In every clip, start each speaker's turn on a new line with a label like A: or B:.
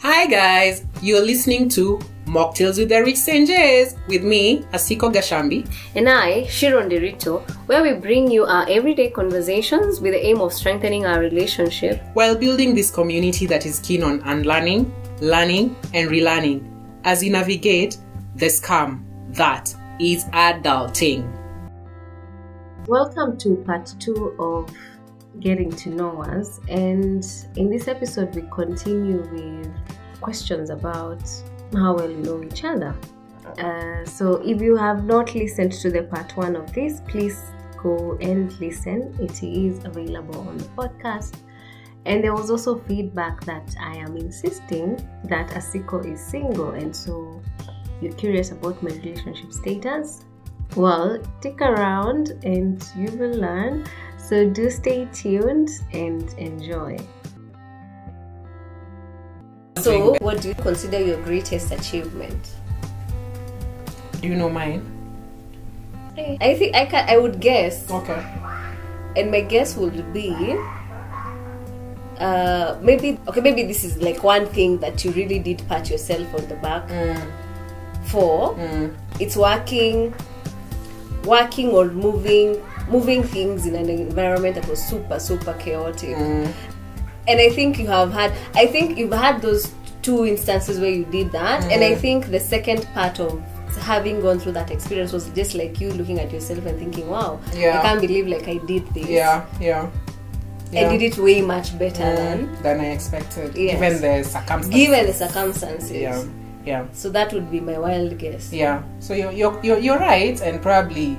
A: Hi guys, you're listening to Mocktails with the Rich Sanjays with me, Asiko Gashambi.
B: And I, Shiron Derito, where we bring you our everyday conversations with the aim of strengthening our relationship.
A: While building this community that is keen on unlearning, learning, and relearning as you navigate the scam that is adulting.
B: Welcome to part two of Getting to Know Us. And in this episode, we continue with questions about how well we know each other. Uh, so if you have not listened to the part one of this, please go and listen. It is available on the podcast. And there was also feedback that I am insisting that Asiko is single, and so you're curious about my relationship status. Well, stick around and you will learn. So do stay tuned and enjoy. So, what do you consider your greatest achievement?
A: Do you know mine?
B: I think I can. I would guess,
A: Okay.
B: and my guess would be. Uh, maybe okay. Maybe this is like one thing that you really did pat yourself on the back for. It's working, working or moving, moving things in an environment that was super, super chaotic. and I think you have had I think you've had those two instances where you did that and I think the second part of having gone through that experience was just like you looking at yourself and thinking wow
A: Yeah.
B: I can't believe like I did this
A: Yeah, yeah.
B: I did it way much better than
A: Mm, than I expected,
B: Yes.
A: given the circumstances.
B: given the circumstances
A: yeah, yeah.
B: so that would be my wild guess
A: Yeah, so you're, you're, you're, you're right, and probably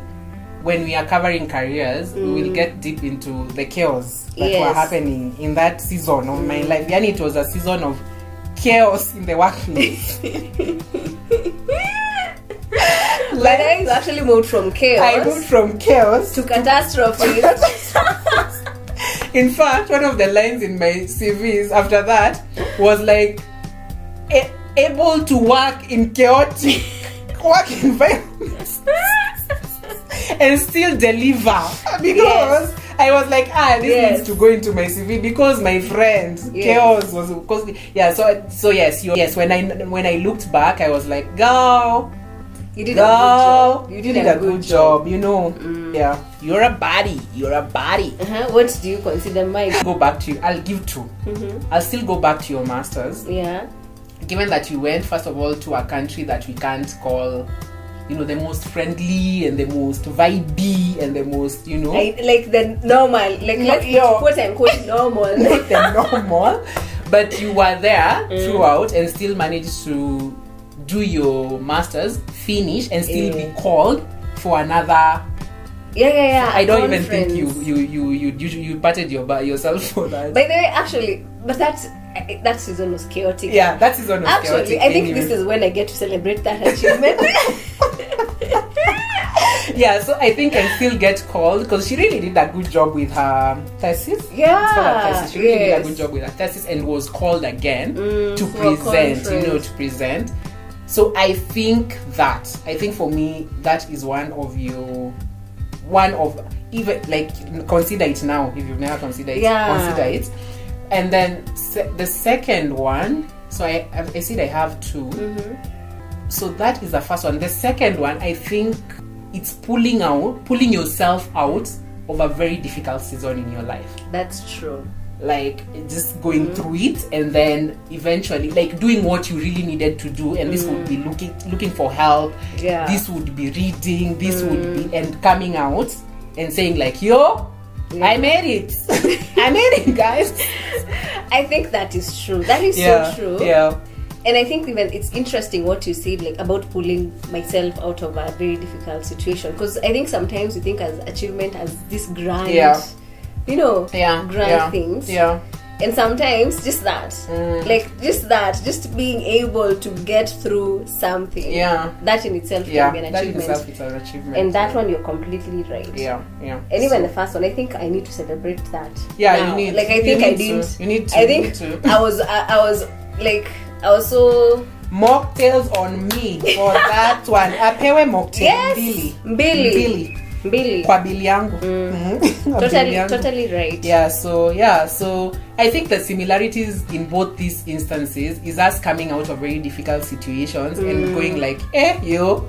A: when we are covering careers, we'll get deep into the chaos that
B: Mm. Yes. Mm.
A: were happening in that season of my life. And it was a season of chaos in the workplace.
B: but
A: like,
B: I actually moved from
A: I
B: chaos
A: moved from chaos
B: to catastrophe
A: in fact, one of the lines in my CVs after that was like, "A- able to work in chaotic work environments and still deliver. Because I was like, ah, this
B: Yes.
A: needs to go into my CV because my friend,
B: Yes.
A: chaos was, because, yeah, so, so yes, you, yes, when I, when I looked back, I was like, girl,
B: you did
A: girl,
B: a good job you did, a, good job Mm.
A: you know, yeah, you're a body, you're a body
B: uh-huh. what do you consider mine
A: go back to you. I'll give 2
B: Mm-hmm.
A: I'll still go back to your masters,
B: yeah
A: given that you went first of all to a country that we can't call, you know, the most friendly and the most vibey and the most, you know,
B: I, like the normal, like
A: No,
B: let's put
A: no.
B: quote unquote normal.
A: not the normal. But you were there
B: Mm.
A: throughout and still managed to do your masters, finish, and still
B: Yeah.
A: be called for another.
B: yeah, yeah, yeah.
A: I don't even
B: conference.
A: think you you you you you, you patted your ba- yourself for that.
B: By the way, actually, but that I- that season was chaotic.
A: yeah, that is one of
B: Actually,
A: chaotic
B: I think
A: anyway.
B: this is when I get to celebrate that achievement.
A: yeah, so I think I still get called because she really did a good job with her thesis. It's called her
B: yeah.
A: thesis. She really did
B: yes. Mm,
A: a good job with her thesis and was called again to
B: for a
A: present, you know,
B: conference.
A: to present. So I think that I think for me that is one of your one of even like consider it now if you've never considered it
B: Yeah.
A: consider it and then se- the second one so I I I said I have 2
B: Mm-hmm.
A: so that is the first one. The second one, I think it's pulling out, pulling yourself out of a very difficult season in your life.
B: That's true.
A: Like just going
B: Mm.
A: through it and then eventually like doing what you really needed to do and this would be looking looking for help.
B: Mm. Yeah. Mm.
A: This would be reading, this would be and coming out and saying like, "Yo, I made it. I made it, guys."
B: I think that is true. That is so true.
A: Yeah.
B: And I think even it's interesting what you said, like about pulling myself out of a very difficult situation. Because I think sometimes we think as achievement as this grind,
A: Yeah.
B: you know,
A: Yeah.
B: grind
A: yeah,
B: things.
A: Yeah. Mm.
B: And sometimes just that, like just that, just being able to get through something.
A: Yeah.
B: that in itself
A: Yeah.
B: can be an
A: That in
B: achievement.
A: itself is an achievement.
B: and that
A: yeah.
B: one, you're completely right.
A: Yeah, yeah.
B: And even the first one, I think I need to celebrate that.
A: Yeah,
B: now.
A: you need.
B: Like I
A: you
B: think
A: need
B: I
A: to.
B: didn't.
A: You need to.
B: I
A: you
B: think
A: need to.
B: I was. I, I was like I was so
A: mocktails on me for that one. Apewe mocktail.
B: Yes,
A: Billy.
B: Mbili.
A: Billy.
B: mbili
A: kwa bili yangu
B: Mm.
A: Mhm. Kwa bili
B: totally,
A: yangu.
B: totally right
A: yeah so yeah so i think the similarities in both these instances is us coming out of very difficult situations and going like eh yo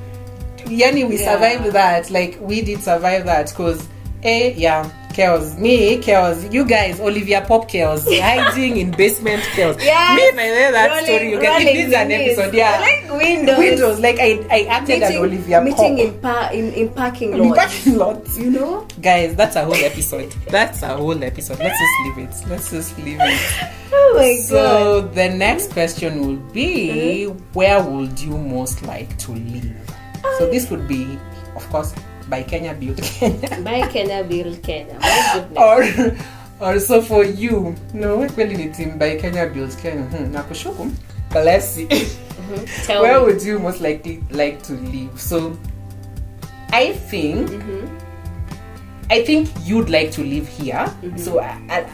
A: yani we
B: Mm. Yeah.
A: survived that like we did survive that because eh yeah chaos me chaos you guys olivia pop chaos hiding in basement chaos
B: Yes.
A: me by the way that
B: Rolling-
A: story you guys it
B: rolling
A: needs an
B: windows.
A: episode yeah
B: Like windows.
A: windows like i i acted an olivia
C: meeting
A: pop
C: in, pa- in in parking
A: in
C: lot.
A: parking lot
C: You know,
A: guys that's a whole episode that's a whole episode let's just leave it let's just leave it
B: oh my god Mm-hmm.
A: so the next question will be where would you most like to live so
B: Um,
A: this would be of course by kenya build kenya
B: by kenya build kenya my goodness
A: or or so for you no kweli ni team by kenya build kenya hmm. nakushuku bless you
B: Mm-hmm. tell
A: where
B: me
A: would you most likely like to live so i think
B: Mm-hmm.
A: i think you'd like to live here
B: Mm-hmm.
A: so I, I,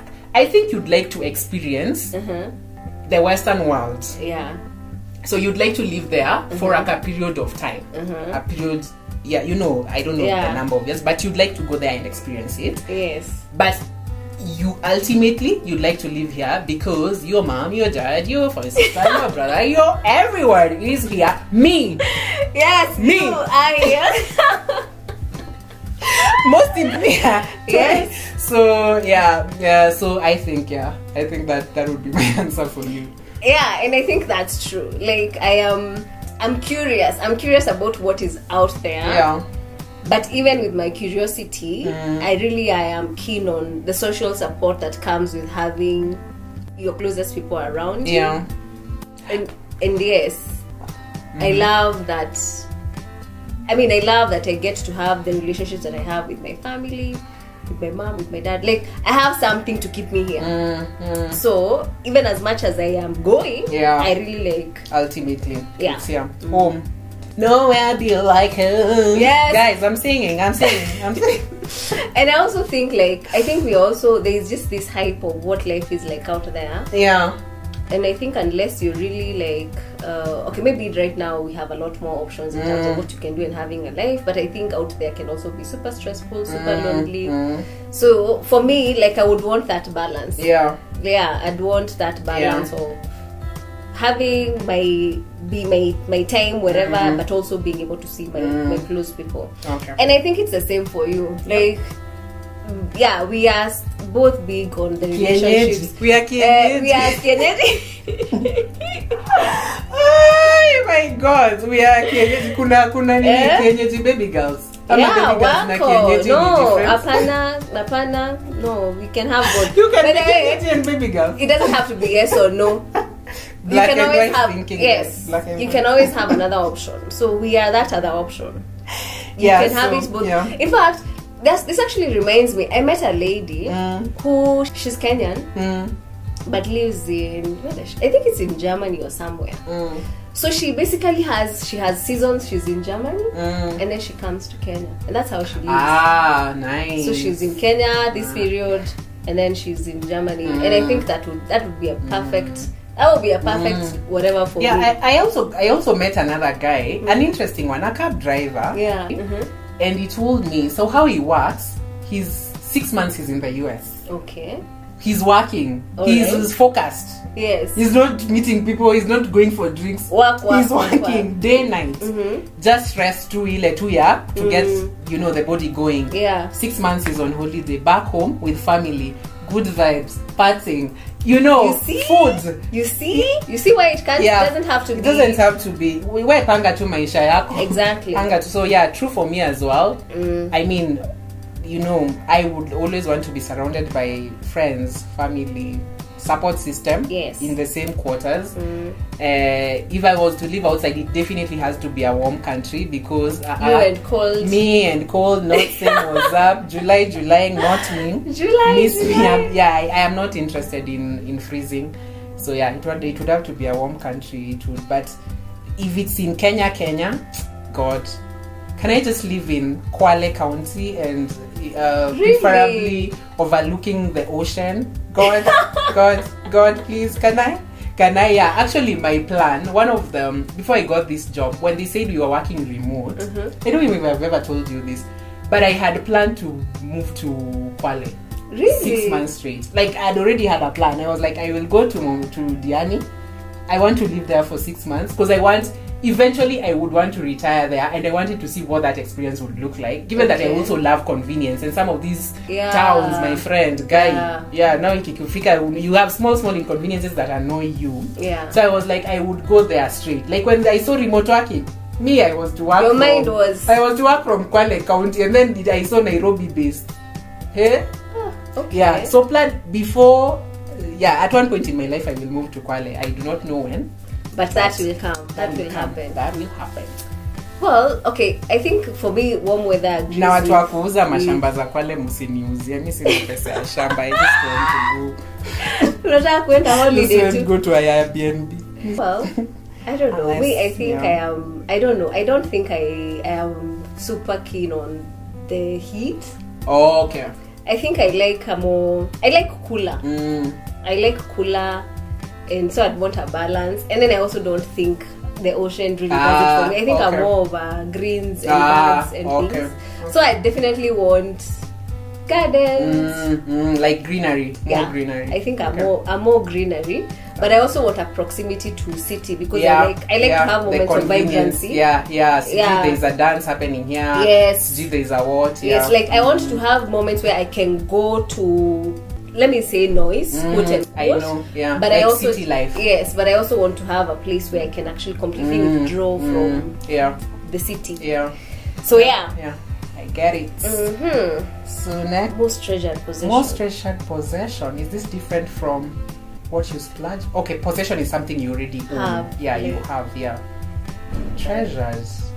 A: I think you'd like to experience
B: Mm-hmm.
A: the western world
B: yeah
A: so you'd like to live there for
B: Mm-hmm.
A: like a period of time a period yeah you know i don't know
B: Yeah.
A: the number of years but you'd like to go there and experience it
B: yes
A: but you ultimately you'd like to live here because your mom your dad your sister your brother your everyone is here me
B: yes
A: Me.
B: you are yes
A: mostly yeah
B: Yes.
A: so yeah yeah so i think yeah i think that that would be my answer for you
B: yeah and i think that's true like i am i'm curious i'm curious about what is out there
A: yeah Mm.
B: but even with my curiosity i really i am keen on the social support that comes with having your closest people around
A: yeah
B: you and and yes i
A: Mm-hmm.
B: love that i mean i love that i get to have the relationships that i have with my family with my mom with my dad like i have something to keep me here
A: Mm, mm.
B: Mm-hmm. so even as much as i am going
A: Yeah.
B: i really like
A: ultimately
B: Yeah.
A: it's, yeah home nowhere be like home
B: Yes.
A: guys i'm singing i'm singing i'm singing
B: and i also think like i think we also there's just this hype of what life is like out there
A: yeah
B: and i think unless you really like uh, okay maybe right now we have a lot more options in terms of what you can do and having a life but i think out there can also be super stressful super lonely
A: mm.
B: so for me like i would want that balance
A: yeah
B: yeah i'd want that balance of having my be my my time wherever but also being able to see my, my close people
A: okay
B: and i think it's the same for you like mm, yeah we are s- both big on the relationships
A: Kienyeji. we are
B: Eh,
A: kienyeji.
B: we are kienyeji
A: Ay, my god we are kienyeji kuna kuna nini
B: Eh?
A: kienyeji baby girls Ama
B: yeah
A: baby girls na
B: wako
A: kienyeji ni
B: no
A: different?
B: hapana hapana no we can have both
A: You can
B: By
A: be
B: the way,
A: kienyeji and baby girl.
B: it doesn't have to be yes or no
A: Black
B: you can
A: and
B: always
A: white
B: have
A: thinking,
B: yes
A: yes. Black and
B: you
A: white.
B: can always have another option so we are that other option you
A: Yeah,
B: can have
A: so,
B: it both
A: yeah.
B: in fact that's, this actually reminds me i met a lady who she's kenyan
A: Mm,
B: but lives in where does she, i think it's in germany or somewhere
A: mm,
B: so she basically has she has seasons she's in germany
A: mm.
B: and then she comes to kenya and that's how she lives
A: Ah, nice.
B: so she's in kenya this period and then she's in germany and i think that would that would be a perfect that would be a perfect whatever for me
A: Mm.
B: Mm.
A: Yeah, I, I also I also met another guy, an interesting one, a cab driver.
B: yeah
A: Mm-hmm.
B: mhm.
A: And he told me so how he works. He's six months. He's in the U.S.
B: okay
A: He's working.
B: All
A: he's,
B: right.
A: he's focused.
B: yes
A: He's not meeting people. He's not going for drinks.
B: Work, work,
A: he's
B: work, Mm-hmm.
A: working day night. Just rest to ile two year to get you know the body going.
B: yeah
A: six months is on holiday back home with family good vibes partying you know
B: You see?
A: food
B: you see you see why it can't
A: yeah
B: it doesn't have to
A: it
B: be
A: doesn't have to be we wear panga to maisha yako
B: Exactly. Mm.
A: panga tu so yeah true for me as well i mean you know i would always want to be surrounded by friends family support system
B: Yes. Mm.
A: in the same quarters uh, if i was to live outside it definitely has to be a warm country because uh,
B: you and cold
A: me and cold not saying what's up july july not me
B: July,
A: miss me
B: July.
A: I'm- yeah I, I am not interested in in freezing so yeah it would, it would have to be a warm country it would but if it's in kenya kenya god can i just live in kwale county and uh,
B: Really?
A: preferably overlooking the ocean god god god please can i can I, yeah, actually, my plan, one of
B: Mm-hmm.
A: them, before I got this job, when they said we were working remote, I don't even know if I've ever told you this, But I had planned to move to Kwale
B: Really?
A: six months straight. Like I'd already had a plan. I was like, I will go to Mom- to Diani. I want to live there for six months because I want. Eventually, I would want to retire there, and I wanted to see what that experience would look like. Given that I
B: Okay.
A: also love convenience, and some of these
B: Yeah.
A: towns, my friend, guy,
B: Yeah.
A: yeah, now ikikufika, you have small, small inconveniences that annoy you.
B: Yeah.
A: So I was like, I would go there straight. Like when I saw remote working, me, I was to work.
B: Your
A: from,
B: mind was-
A: I was to work from Kwale County, and then did I saw Nairobi based. Hey,
B: okay.
A: yeah. So plan before. Yeah, at one point in my life, I will move to Kwale. I do not know when.
B: but that will come. That, will
A: come.
B: happen.
A: That will happen.
B: Well, okay. I think for me, warm weather. agrees
A: na watu wa
B: with-
A: kuuza
B: with-
A: mashamba za Kwale msiniuzie, mi sina pesa ya shamba. I just want to go.
B: Mm. Unataka kwenda
A: Just
B: holiday
A: want to
B: tu.
A: go to Airbnb.
B: Well, I don't know. Me, I
A: Unless,
B: think
A: yeah.
B: I am. I don't know. I don't think I, I am super keen on the heat.
A: Oh, okay.
B: I think I like a more. I like cooler.
A: Mm.
B: I like cooler, and so I'd want a balance. And then I also don't think the ocean really does it for
A: Ah,
B: me. I think I'm
A: okay.
B: more of a greens and
A: Ah,
B: birds and
A: okay.
B: things. So I definitely want gardens.
A: Mm, mm, like greenery, more
B: Yeah,
A: greenery.
B: I think I'm
A: Okay.
B: more I'm more greenery, but I also want a proximity to city because
A: Yeah,
B: I like I like
A: yeah,
B: to have
A: the
B: moments of
A: convenience.
B: vibrancy.
A: Yeah, yeah. See,
B: Yeah.
A: there's a dance happening here.
B: Yes.
A: See, there's a what? Yeah.
B: Yes, like I want to have moments where I can go to let me say noise,
A: Mm,
B: quote and
A: I
B: quote,
A: know, yeah.
B: But I
A: Like
B: also
A: city life.
B: Yes, but I also want to have a place where I can actually completely
A: Mm,
B: withdraw
A: mm, yeah,
B: from the city.
A: yeah,
B: So yeah.
A: yeah. I get it.
B: Mm-hmm.
A: So next,
B: Most treasured possession.
A: most treasured possession is this different from what you splurge? Okay, possession is something you already own.
B: Have,
A: yeah,
B: yeah.
A: you have. Yeah, treasures.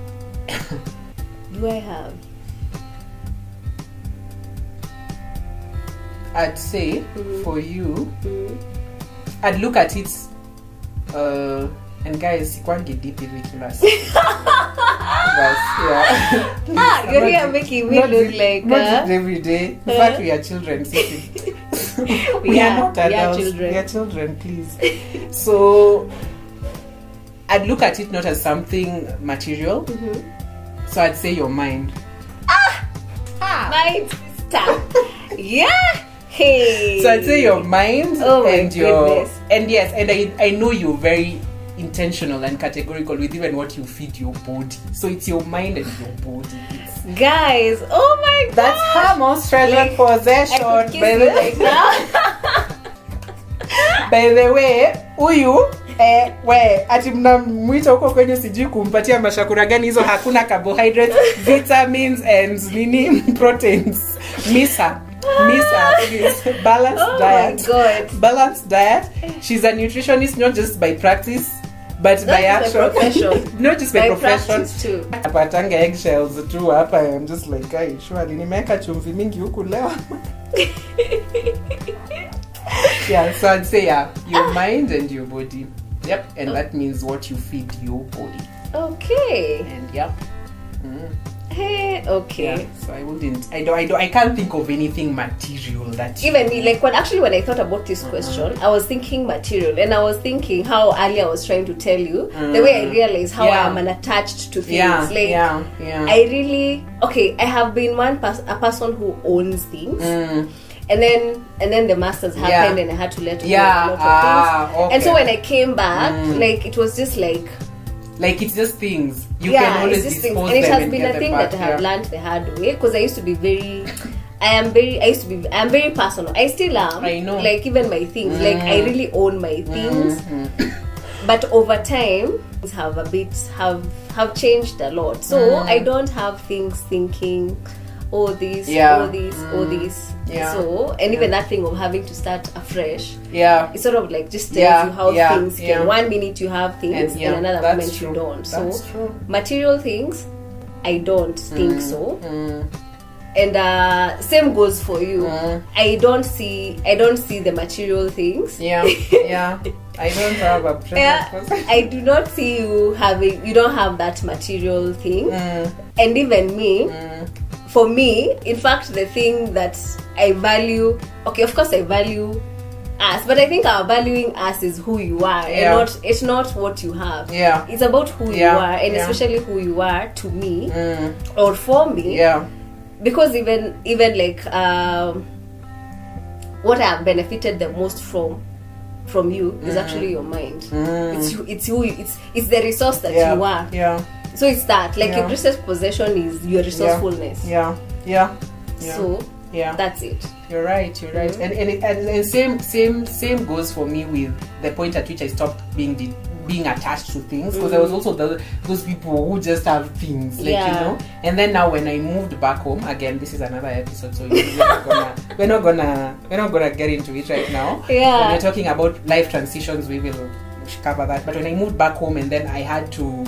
B: do I have?
A: I'd say
B: Mm-hmm.
A: for you,
B: Mm.
A: I'd look at it uh, and guys sikwangi deep hivi kila siku. Bas, yeah.
B: Ah, you're
A: Not
B: here
A: deep-
B: making me
A: not
B: look
A: deep-
B: like
A: not
B: uh,
A: deep every day. In
B: huh?
A: fact, we are children. Sisi. we,
B: We
A: are,
B: are-
A: not
B: we are
A: adults.
B: children.
A: We are children, please. so, I'd look at it not as something material.
B: Mm-hmm.
A: So I'd say your mind. Ah!
B: my sister. yeah. Hey.
A: So I'd say your mind
B: Oh my
A: and your
B: goodness.
A: and yes, and I, I know you're very intentional and categorical with even what you feed your body. So it's your mind and your body. It's-
B: guys. Oh my god.
A: That's her most treasured
B: Like,
A: possession.
B: I could kiss
A: by,
B: you
A: the,
B: like that.
A: by the way, huyu eh, we ati mnamwita huko kwenye sijui kumpatia mashakura gani hizo hakuna carbohydrates vitamins and nini proteins misa misa please. balanced
B: Oh my
A: diet
B: god.
A: balanced diet. She's a nutritionist not just by practice, but by
B: Not just by
A: action.
B: profession.
A: not just by,
B: My
A: profession.
B: practice too.
A: Napatanga eggshells tu hapa. I'm just like, guy, surely nimeweka chumvi mingi huku leo. yeah, so I'd say yeah,
B: Ah.
A: your mind and your body. Yep,
B: Oh.
A: and that means what you feed your body.
B: Okay.
A: And yeah. Mm,
B: Hey,
A: yeah.
B: okay.
A: So I wouldn't. I don't. I don't. I can't think of anything material that. you-
B: Even me, like when actually when I thought about this question, I was thinking material, and I was thinking how earlier I was trying to tell you the way I realized how
A: Mm. Yeah.
B: I'm unattached to things.
A: Yeah.
B: like
A: yeah. Yeah.
B: I really okay. I have been one pers- a person who owns things,
A: Mm.
B: and then and then the masters
A: Yeah.
B: happened, and I had to let go
A: Yeah,
B: of a lot of
A: ah,
B: things. And so
A: okay. Mm.
B: when I came back, like it was just like
A: Like it's just things. You can
B: yeah,
A: always
B: it's just things,
A: dispose
B: and it
A: them
B: has
A: and
B: been
A: get
B: a
A: them
B: thing
A: back,
B: that I have
A: yeah.
B: learned the hard way because I used to be very. I am very. I used to be. I am very personal. I still am.
A: I know. Mm. Mm-hmm.
B: Like even my things. Like I really own my things. But over time, things have a bit have have changed a lot. So
A: Mm.
B: I don't have things thinking, oh this,
A: Yeah. Mm.
B: oh this, oh this.
A: Yeah.
B: So and even that thing of having to start afresh,
A: Yeah.
B: it sort of like just tells
A: Yeah,
B: you how
A: yeah,
B: things
A: yeah.
B: can. One minute you have things,
A: And, yeah,
B: and another
A: that's
B: moment you
A: true.
B: don't. So
A: That's true.
B: material things i don't think so
A: Mm.
B: and uh same goes for you
A: Mm.
B: i don't see i don't see the material things
A: Yeah. Yeah. I don't have a present.
B: Yeah, i do not see you having you don't have that material thing
A: Mm,
B: and even me
A: mm,
B: for me in fact the thing that i value okay of course i value us but i think our valuing us is who you are
A: Yeah.
B: and not it's not what you have
A: Yeah.
B: it's about who you
A: Yeah,
B: are and
A: yeah.
B: especially who you are to me
A: mm,
B: or for me
A: yeah.
B: because even even like um, what I have benefited the most from from you is
A: Mm.
B: actually your mind. It's you, it's who you, it's it's the resource that
A: yeah.
B: you are.
A: Yeah.
B: So it's that like
A: Yeah.
B: your greatest possession is your resourcefulness.
A: Yeah. Yeah. Yeah.
B: So
A: yeah.
B: that's it.
A: You're right. You're right.
B: Mhm.
A: And, and and and same same same goes for me with the point at which I stopped being de- being attached to things because I was also the, those people who just have things, like
B: Mm-hmm. Yeah.
A: you know. And then now when I moved back home again, this is another episode, so we're not gonna we're not gonna we're not gonna get into it right now.
B: Yeah.
A: When we're talking about life transitions, we will cover that. But when I moved back home and then I had to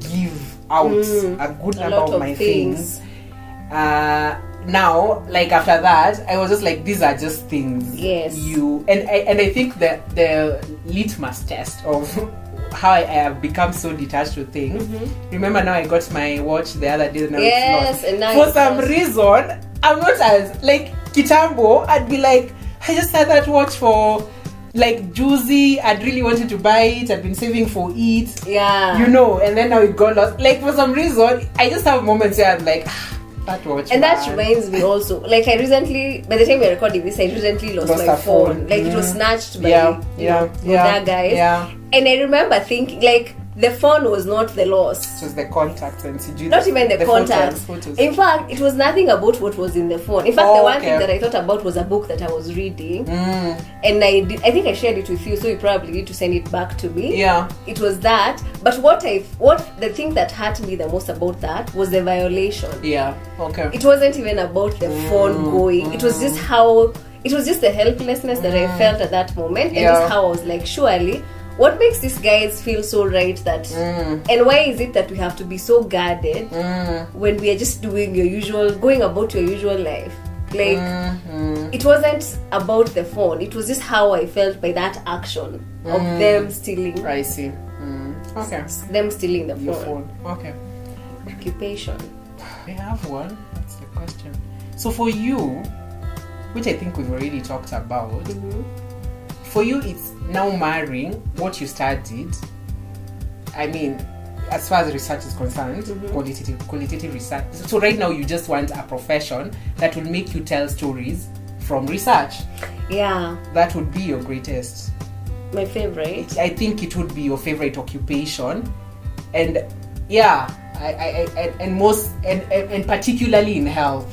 A: give out
B: Mm.
A: a good
B: A
A: number
B: lot
A: of
B: of
A: my
B: things.
A: things uh now like after that i was just like these are just things
B: Yes.
A: you and i and i think that the litmus test of how i have become so detached to things remember now i got my watch the other day now
B: Mm-hmm. Yes,
A: it's not.
B: and now
A: for
B: it's
A: some
B: not.
A: reason i'm not as like kitambo i'd be like i just had that watch for like juicy i'd really wanted to buy it i've been saving for it
B: Yeah.
A: you know, and then now it got lost. Like for some reason, I just have moments where I'm like, ah, that watch.
B: and that
A: man."
B: reminds me also, like I recently, by the time we're recording this, I recently lost,
A: Lost
B: my
A: a
B: phone.
A: phone.
B: Like it was
A: Mm.
B: snatched by
A: Yeah,
B: you
A: yeah,
B: know,
A: yeah,
B: that guys.
A: yeah.
B: And I remember thinking, like the phone was not the loss.
A: It was the contacts and CG.
B: Not even the,
A: photos,
B: contacts.
A: photos.
B: In fact, it was nothing about what was in the phone. In fact,
A: Oh,
B: the one
A: okay.
B: thing that I thought about was a book that I was reading,
A: Mm,
B: and I did, I think I shared it with you, so you probably need to send it back to me.
A: yeah.
B: It was that. But what I what the thing that hurt me the most about that was the violation.
A: Yeah. Okay.
B: it wasn't even about the
A: Mm.
B: phone going it was just how it was just the helplessness that i felt at that moment and
A: Mm. Yeah.
B: just how i was like surely what makes these guys feel so right that
A: Mm.
B: and why is it that we have to be so guarded
A: Mm,
B: when we are just doing your usual going about your usual life like
A: mm, mm.
B: it wasn't about the phone it was just how i felt by that action of
A: Mm.
B: them stealing
A: I see. Mm. Okay.
B: them stealing the
A: Your
B: phone
A: phone. Okay.
B: occupation
A: We have one. That's the question. So for you, which I think we've already talked about, for you it's now marrying what you studied. I mean, as far as research is concerned, qualitative qualitative research. So right now you just want a profession that will make you tell stories from research.
B: yeah
A: That would be your greatest.
B: my favorite
A: I think it would be your favorite occupation, and yeah, I, I, I and- and most and, and and particularly in health.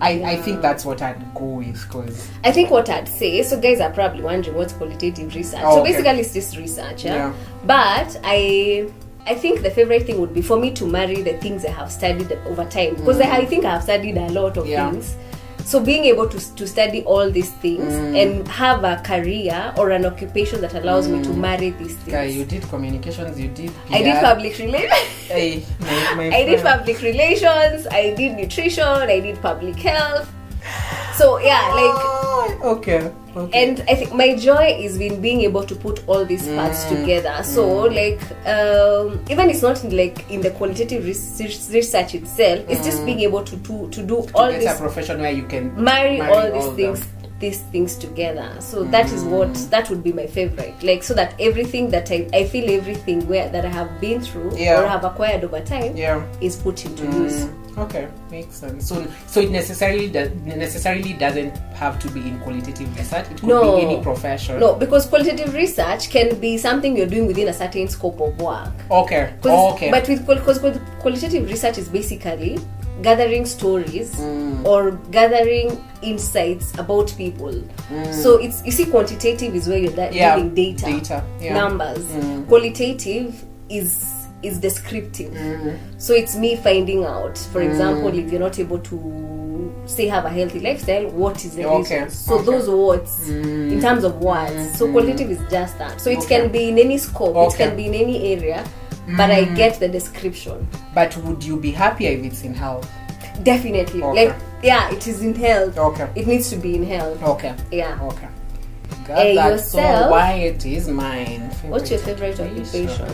A: I, I think that's what I'd go with because
B: I think what I'd say, so guys are probably wondering what's qualitative research.
A: Oh,
B: so
A: okay.
B: basically, it's just research, yeah?
A: Yeah.
B: But I, I think the favorite thing would be for me to marry the things I have studied over time because I, I think I have studied a lot of
A: Mm. Yeah.
B: things. So being able to to study all these things
A: Mm.
B: and have a career or an occupation that allows me to marry these things.
A: guy, Mm. you did communications, you did.
B: I did
A: PR.
B: public relations.
A: Hey, my, my
B: I did
A: friend.
B: public relations. I did nutrition. I did public health. So yeah, like
A: Ah, okay. okay.
B: and i think my joy is in being able to put all these parts together so like um, even it's not in, like in the qualitative research, research itself it's just being able to do to do all
A: it's a
B: this
A: profession where you can
B: marry,
A: marry
B: all these
A: all
B: things these things together so that is what that would be my favorite like so that everything that i, I feel everything where that i have been through
A: Yeah.
B: or have acquired over time
A: yeah.
B: is put into use
A: Mm, okay, makes sense. So, so it necessarily does necessarily doesn't have to be in qualitative research. It could
B: No.
A: be any profession.
B: no because qualitative research can be something you're doing within a certain scope of work
A: Okay.
B: 'Cause-
A: Oh, okay.
B: But with because qualitative research is basically gathering stories
A: Mm.
B: or gathering insights about people. So it's you see, quantitative is where you're da-
A: Mm. Yeah,
B: giving data,
A: data, yeah. Mm.
B: numbers. Qualitative is is descriptive.
A: Mm-hmm.
B: So it's me finding out. For
A: Mm.
B: example, if you're not able to say have a healthy lifestyle, what is the
A: Okay,
B: reason? So
A: okay. Mm. Mm-hmm.
B: those words, in terms of words. So qualitative is just that. So it
A: Okay.
B: can be in any scope. It
A: Okay.
B: can be in any area, but
A: Mm.
B: I get the description.
A: But would you be happier if it's in health?
B: Definitely.
A: Okay.
B: Like, yeah, it is in health.
A: Okay.
B: It needs to be in health.
A: Okay.
B: Yeah.
A: Okay. God,
B: Eh,
A: that's so
B: yourself?
A: why it is mine.
B: What's your favorite occupation?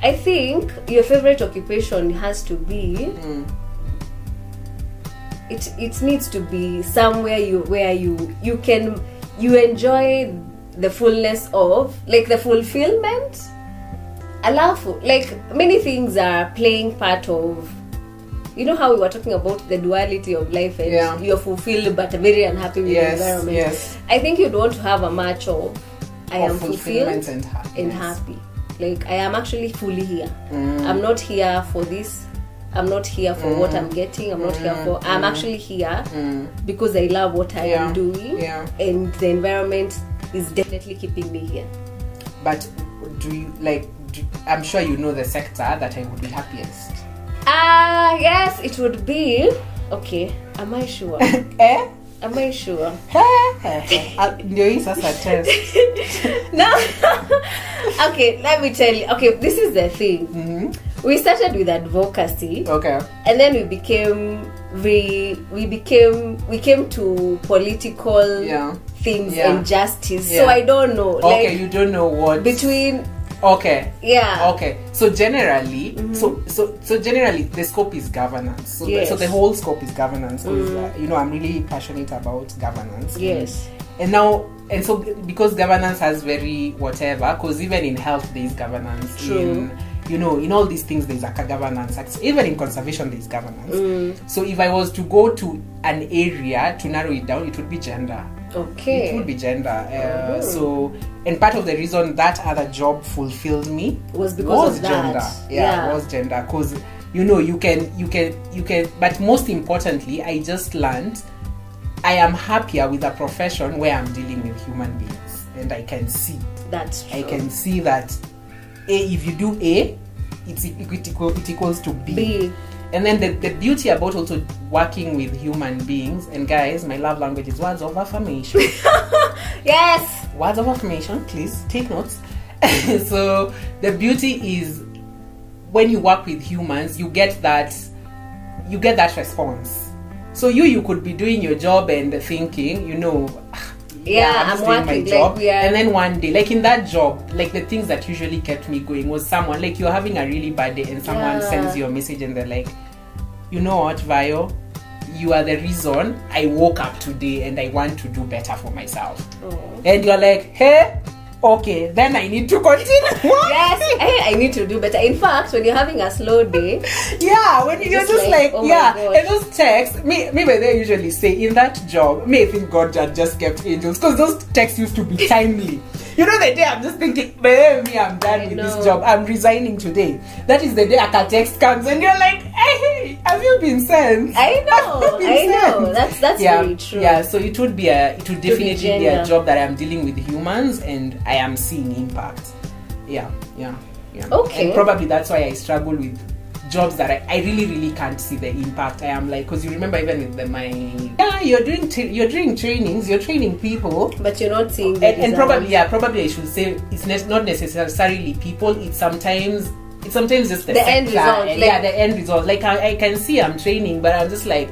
B: I think your favorite occupation has to be.
A: Mm.
B: It it needs to be somewhere you where you you can you enjoy the fullness of like the fulfillment. Allow for like many things are playing part of you know how we were talking about the duality of life and
A: Yeah.
B: you're fulfilled but very unhappy with
A: Yes,
B: the environment
A: yes.
B: i think you'd want to have a match of i
A: Of
B: am fulfilled
A: fulfillment and happiness.
B: and happy like i am actually fully here
A: Mm.
B: i'm not here for this i'm not here for what i'm getting i'm not here
A: Mm.
B: for i'm actually here because i love what i
A: Yeah.
B: am doing
A: Yeah.
B: and the environment is definitely keeping me here
A: But do you like? Do, I'm sure you know the sector that I would be happiest.
B: ah yes it would be okay am i sure
A: Eh?
B: am i sure
A: Ah, Ndio hii sasa test.
B: no okay let me tell you okay this is the thing
A: Mm-hmm.
B: we started with advocacy
A: Okay.
B: and then we became we we became we came to political
A: Yeah.
B: things
A: Yeah.
B: and justice so
A: Yeah.
B: i don't know
A: Okay,
B: like
A: you don't know what
B: between
A: Okay.
B: yeah
A: Okay. So generally,
B: Mm-hmm.
A: so so so generally, the scope is governance. So, the, so
B: Yes. Mm.
A: the whole scope is governance. 'cause, uh, you know, I'm really passionate about governance.
B: yes
A: and now and so because governance has very whatever because even in health there's governance
B: True.
A: in you know in all these things there's a governance Like, even in conservation there's governance
B: Mm.
A: so if i was to go to an area to narrow it down it would be gender it
B: okay Mm-hmm.
A: would be gender uh, so and part of the reason that other job fulfilled me
B: Was because of that.
A: gender yeah,
B: Yeah.
A: was gender because you know you can you can you can but most importantly i just learned i am happier with a profession where i'm dealing with human beings and i can see
B: that's true
A: i can see that a if you do a it's equal, it equal- it equals to b,
B: B.
A: and then the, the beauty about also working with human beings and guys my love language is words of affirmation
B: yes
A: words of affirmation please take notes so the beauty is when you work with humans you get that you get that response so you you could be doing your job and thinking you know "Ah,
B: Yeah, I'm
A: just doing
B: working,
A: my
B: like,
A: job
B: we are-
A: and then one day like in that job like the things that usually kept me going was someone like you're having a really bad day and someone
B: Yeah.
A: sends you a message and they're like you know what Vio you are the reason I woke up today and I want to do better for myself
B: Oh.
A: and you're like, hey, okay, then I need to continue.
B: yes I, I need to do better in fact when you're having a slow day
A: yeah, when you're just,
B: Just
A: like,
B: like, oh my
A: yeah,
B: gosh.
A: and those texts, me, me, but they usually say in that job, me, I think God had just kept angels because those texts used to be timely. You know, the day I'm just thinking, baby, me, I'm done
B: I
A: with
B: know.
A: this job. I'm resigning today. That is the day a text comes and you're like, hey, have you been sent?
B: i know
A: Have you
B: i
A: been
B: know
A: sent?
B: that's that's
A: yeah,
B: really true
A: yeah. So it would be a, it would
B: be
A: definitely be, a
B: gender.
A: job that I'm dealing with humans and I am seeing impact. Yeah, yeah, yeah.
B: Okay.
A: And probably that's why I struggle with jobs that I, I really, really can't see the impact. I am like, because you remember even with the my yeah, you're doing tra- you're doing trainings, you're training people.
B: but you're not seeing the
A: And, and
B: results.
A: probably yeah, probably I should say it's ne- not necessarily people. It's sometimes it's sometimes just the,
B: The end
A: sector
B: result,
A: and-
B: like-
A: yeah, the end result. Like I, I can see I'm training, but I'm just like,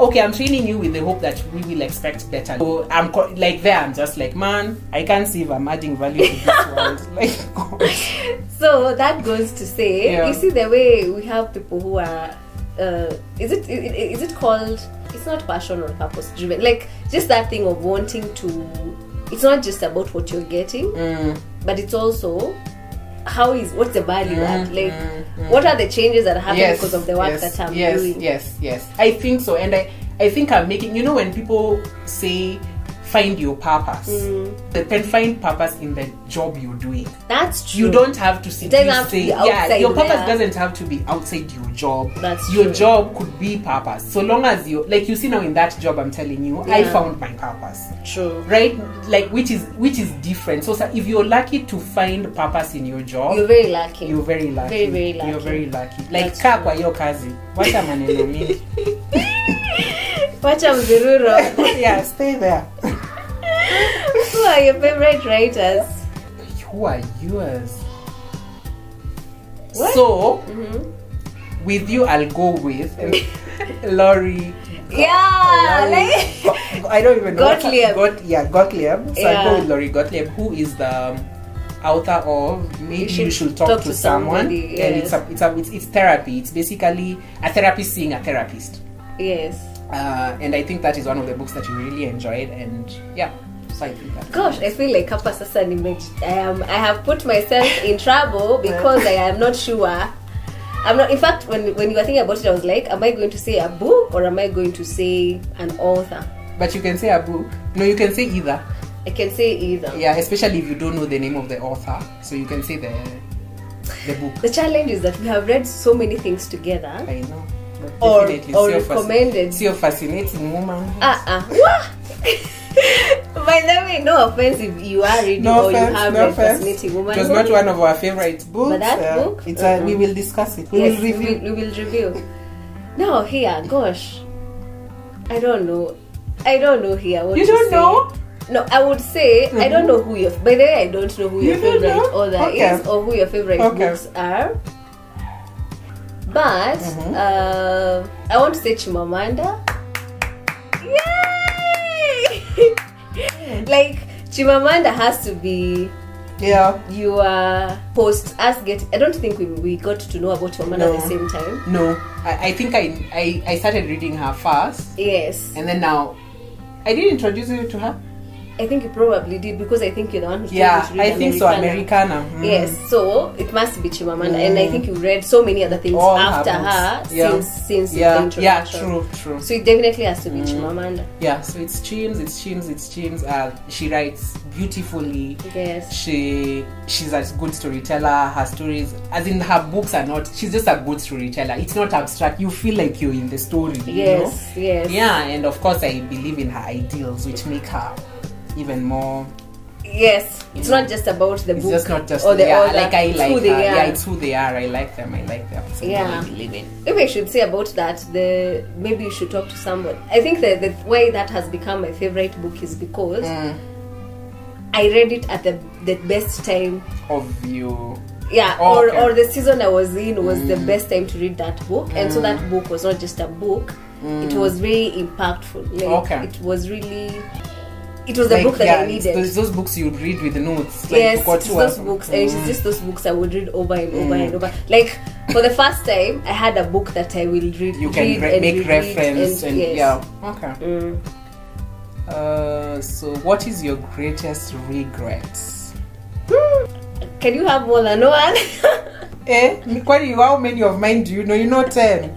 A: okay, I'm training you with the hope that we will expect better. So I'm co- like there. I'm just like, man, I can't see if I'm adding value to this world. Like, God.
B: So that goes to say,
A: Yeah.
B: you see the way we have people who are, uh, is it i- i- is it called? It's not passion or purpose driven. Like just that thing of wanting to. It's not just about what you're getting,
A: Mm,
B: but it's also how is what's the value at? Like
A: mm,
B: what are the changes that are happening
A: yes,
B: because of the work
A: yes,
B: that I'm
A: yes,
B: doing?
A: Yes, yes, I think so, and I, I think I'm making. You know, when people say, find your purpose,
B: Mm.
A: they can find purpose in the job you're doing.
B: That's true.
A: you don't have to sit
B: It doesn't have to be
A: yeah
B: outside
A: your purpose
B: there.
A: doesn't have to be outside your job
B: That's
A: your
B: true.
A: job could be purpose so long as you like you see now in that job i'm telling you i
B: Yeah.
A: found my purpose
B: True.
A: right like which is which is different so, sir, if you're lucky to find purpose in your job
B: You're very lucky.
A: you're very lucky
B: Very, very lucky.
A: you're very lucky like
B: That's
A: kaa
B: true.
A: kwa hiyo kazi wacha maneno mingi
B: Watch out, Zeruro.
A: yeah stay there
B: who are your favorite writers?
A: who are yours
B: What?
A: so
B: Mhm.
A: with you i'll go with Laurie.
B: Yeah, like.
A: Go- I don't even know. what's her-
B: Gottlieb.
A: Got, yeah, Gottlieb. So I
B: Yeah.
A: go with Laurie Gottlieb, who is the um, author of Maybe You Should, Talk, to, Someone.
B: Somebody,
A: And it's,
B: yes.
A: a, it's, a, it's, it's therapy. It's basically a therapist seeing a therapist.
B: Yes.
A: Uh, and I think that is one of the books that you really enjoyed. And yeah, so I think that.
B: Gosh, I feel like hapa sasa nime, I, am, I have put myself in trouble because I am not sure I'm not. In fact, when when you were thinking about it, I was like, am I going to say a book or am I going to say an author?
A: But you can say a book. No, you can say either.
B: I can say either.
A: Yeah, especially if you don't know the name of the author, so you can say the the book.
B: The challenge is that we have read so many things together.
A: I know. But
B: Or-
A: definitely,
B: or
A: see a fasci-
B: recommended.
A: See a fascinating woman.
B: Ah ah. Wah! By the way, no offense if you are reading
A: no
B: or
A: offense,
B: you have
A: no
B: a
A: offense.
B: fascinating woman.
A: It was not one of our favorite books.
B: But that
A: uh,
B: book? Mm-hmm.
A: It's a, we will discuss it. We
B: yes,
A: will
B: we
A: review.
B: will, we will review. Now here, gosh, I don't know. I don't know here. What
A: You
B: to
A: don't
B: say.
A: know?
B: No, I would say I don't know who your. By the way, I don't know who
A: You
B: your
A: don't
B: favorite
A: know?
B: author
A: Okay.
B: is or who your favorite
A: Okay.
B: books are. But
A: Mm-hmm.
B: uh, I want to say Chimamanda. Yay! like Chimamanda has to be
A: Yeah.
B: your host. Us get. I don't think we, we got to know about Chimamanda
A: No.
B: at the same time.
A: No, I, I think I, I I started reading her first,
B: Yes,
A: and then now I did introduce you to her.
B: I think you probably did because I think you're the one who told
A: Yeah,
B: me to read
A: I think so.
B: Americana.
A: Americana. Mm.
B: um, Yes, so it must be Chimamanda, and I think you read so many other things
A: All her
B: after her,
A: books. Yeah.
B: since since the
A: Yeah.
B: introduction.
A: Yeah. True. Mm. True.
B: So it definitely has to be Chimamanda.
A: Yeah. So it's Chims. It's Chims. It's Chims. Uh, she writes beautifully.
B: Yes,
A: She she's a good storyteller. Her stories, as in her books, are not. She's just a good storyteller. It's not abstract. You feel like you're in the story. You know?
B: yes, yes.
A: Yeah, and of course, I believe in her ideals, which make her even more.
B: Yes, it's not just about the
A: It's
B: book
A: just not just
B: or the
A: yeah,
B: author.
A: like I
B: it's
A: like
B: who
A: her.
B: they are.
A: Yeah, it's who they are. I like them. I like them. So
B: Yeah.
A: I believe in.
B: Maybe I should say about that. The maybe you should talk to someone. I think that the why that has become my favorite book is because
A: Mm.
B: I read it at the the best time
A: Of you.
B: yeah
A: Oh,
B: or,
A: okay. Mm.
B: or the season i was in was the best time to read that book and so that book was not just a book it was very impactful like
A: Mm. Okay.
B: it was really it was the
A: Like,
B: book that
A: yeah,
B: i
A: it's
B: needed
A: Those, those books you read with the notes. Like,
B: yes
A: got
B: it's
A: to Mm.
B: those
A: us.
B: books and it's just those books i would read over and over and over like for the first time i had a book that i will read
A: You can
B: read
A: re-
B: and
A: make
B: reread
A: reference and,
B: yes.
A: yeah. Okay.
B: Mm.
A: Uh, so, what is your greatest regrets?
B: can you have more than one
A: Eh? m- Kwani, how many of mine do you know? You know ten.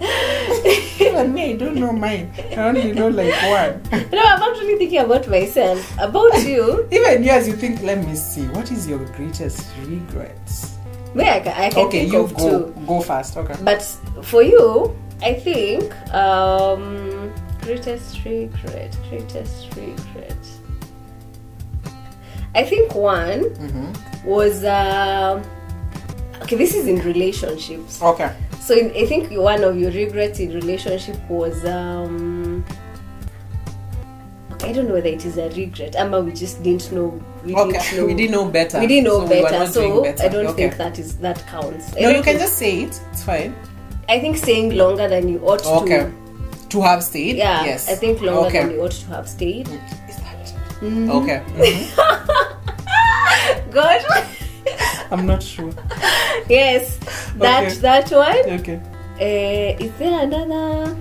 A: Even me, I don't know mine. I only know like one.
B: no i'm actually thinking about myself about you
A: Even you, as you think, let me see. What is your greatest regrets?
B: may i, ca- I can
A: Okay,
B: think
A: you
B: of
A: go
B: two Mm.
A: go first. Okay.
B: But for you, I think um, greatest regret, greatest regret. I think one
A: Mm-hmm.
B: was um okay. This is in relationships.
A: Okay.
B: So in, I think one of your regrets in relationship was um, okay. I don't know whether it is a regret. Ama we just didn't know. We didn't
A: Okay.
B: know.
A: We didn't know better.
B: we didn't know
A: so We were
B: better,
A: not
B: so
A: doing better.
B: I don't
A: okay.
B: think that is that counts.
A: No,
B: I don't
A: you can
B: think-
A: just say it. It's fine.
B: I think staying longer than you ought
A: Okay.
B: to.
A: To have stayed.
B: Yeah,
A: Yes.
B: I think longer
A: okay.
B: than you ought to have stayed.
A: Is that? Okay. Mhm.
B: Gosh,
A: I'm not sure.
B: yes, that
A: Okay.
B: that one.
A: Okay.
B: Uh, is there another?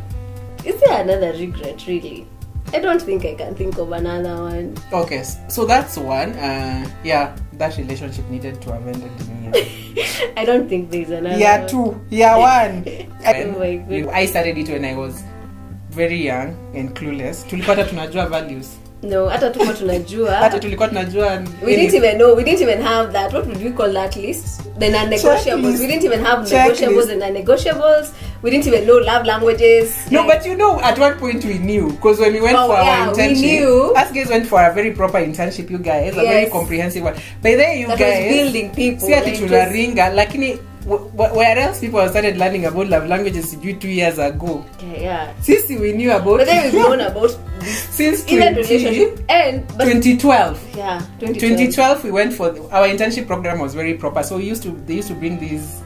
B: Is there another regret? Really, I don't think I can think of another one.
A: Okay. s- So that's one. Uh, yeah, that relationship needed to have ended in year.
B: I don't think there's another.
A: year
B: one.
A: two, year one.
B: Oh my goodness.
A: I started it when I was very young and clueless. Tulipata tunajua values.
B: No, hata tuko
A: Hata
B: tunajua.
A: tulikuwa tunajua
B: Ah. We didn't even know. We didn't even have that. What would we call that list? The non-negotiables. We
A: Checklist.
B: didn't even have
A: Checklist.
B: negotiables and non-negotiables. We didn't even know love languages.
A: No, but you know, at one point we knew because when we went
B: Oh,
A: for
B: yeah,
A: our
B: we
A: internship,
B: knew.
A: us guys went for a very proper internship. You guys, a very
B: Yes.
A: comprehensive one. By there, you
B: That was
A: guys
B: building people,
A: Si ati
B: like,
A: tunaringa, lakini wh- wh- where else people have started learning about love languages sijui two years ago.
B: Okay, yeah.
A: Sisi we knew about
B: But then we've known about this
A: since
B: even
A: 20,
B: relationship and but
A: 2012.
B: yeah, 2012.
A: 2012 we went for our internship program was very proper so we used to they used to bring these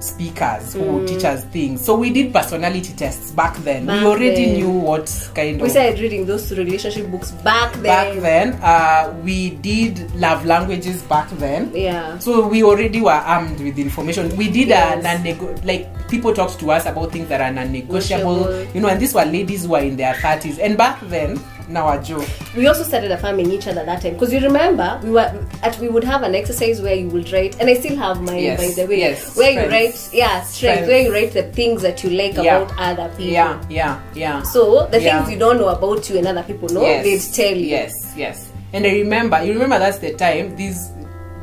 A: speakers who would teach us things so we did personality tests back then
B: Back
A: we already
B: then.
A: knew what kind
B: We
A: of
B: started reading those relationship books back then.
A: back then uh, we did love languages back then
B: Yeah.
A: so we already were armed with information we did a
B: Yes.
A: non like people talked to us about things that are non-negotiable
B: Negotiable.
A: you know and these were ladies who were in their 30s and back then now a joke.
B: we also started affirming each other that time because you remember we were at we would have an exercise where you would write and I still have mine
A: Yes,
B: by the way
A: yes,
B: where you
A: strengths.
B: write yeah strength
A: Strengths.
B: where you write the things that you like
A: Yeah.
B: about other people
A: Yeah, yeah, yeah.
B: so the
A: Yeah.
B: things you don't know about you and other people know they'd tell you
A: Yes, yes. And I remember, you remember that's the time these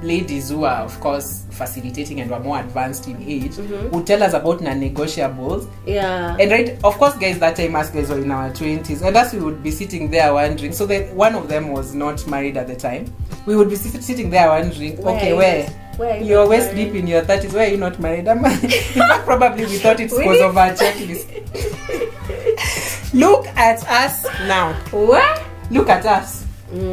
A: ladies who are, of course, facilitating and were more advanced in age
B: Mm-hmm.
A: would tell us about non negotiables.
B: yeah
A: And right, of course, guys, that time us guys were in our 20s, and us we would be sitting there wondering. So, that one of them was not married at the time. We would be sit- sitting there wondering,
B: Where
A: okay,
B: is
A: where?
B: it? Where is
A: You're
B: it?
A: waist deep in your 30s, why are you not married? Am I- in fact, probably we thought it's because of our checklist. Look at us now.
B: what Mm.
A: Look at us.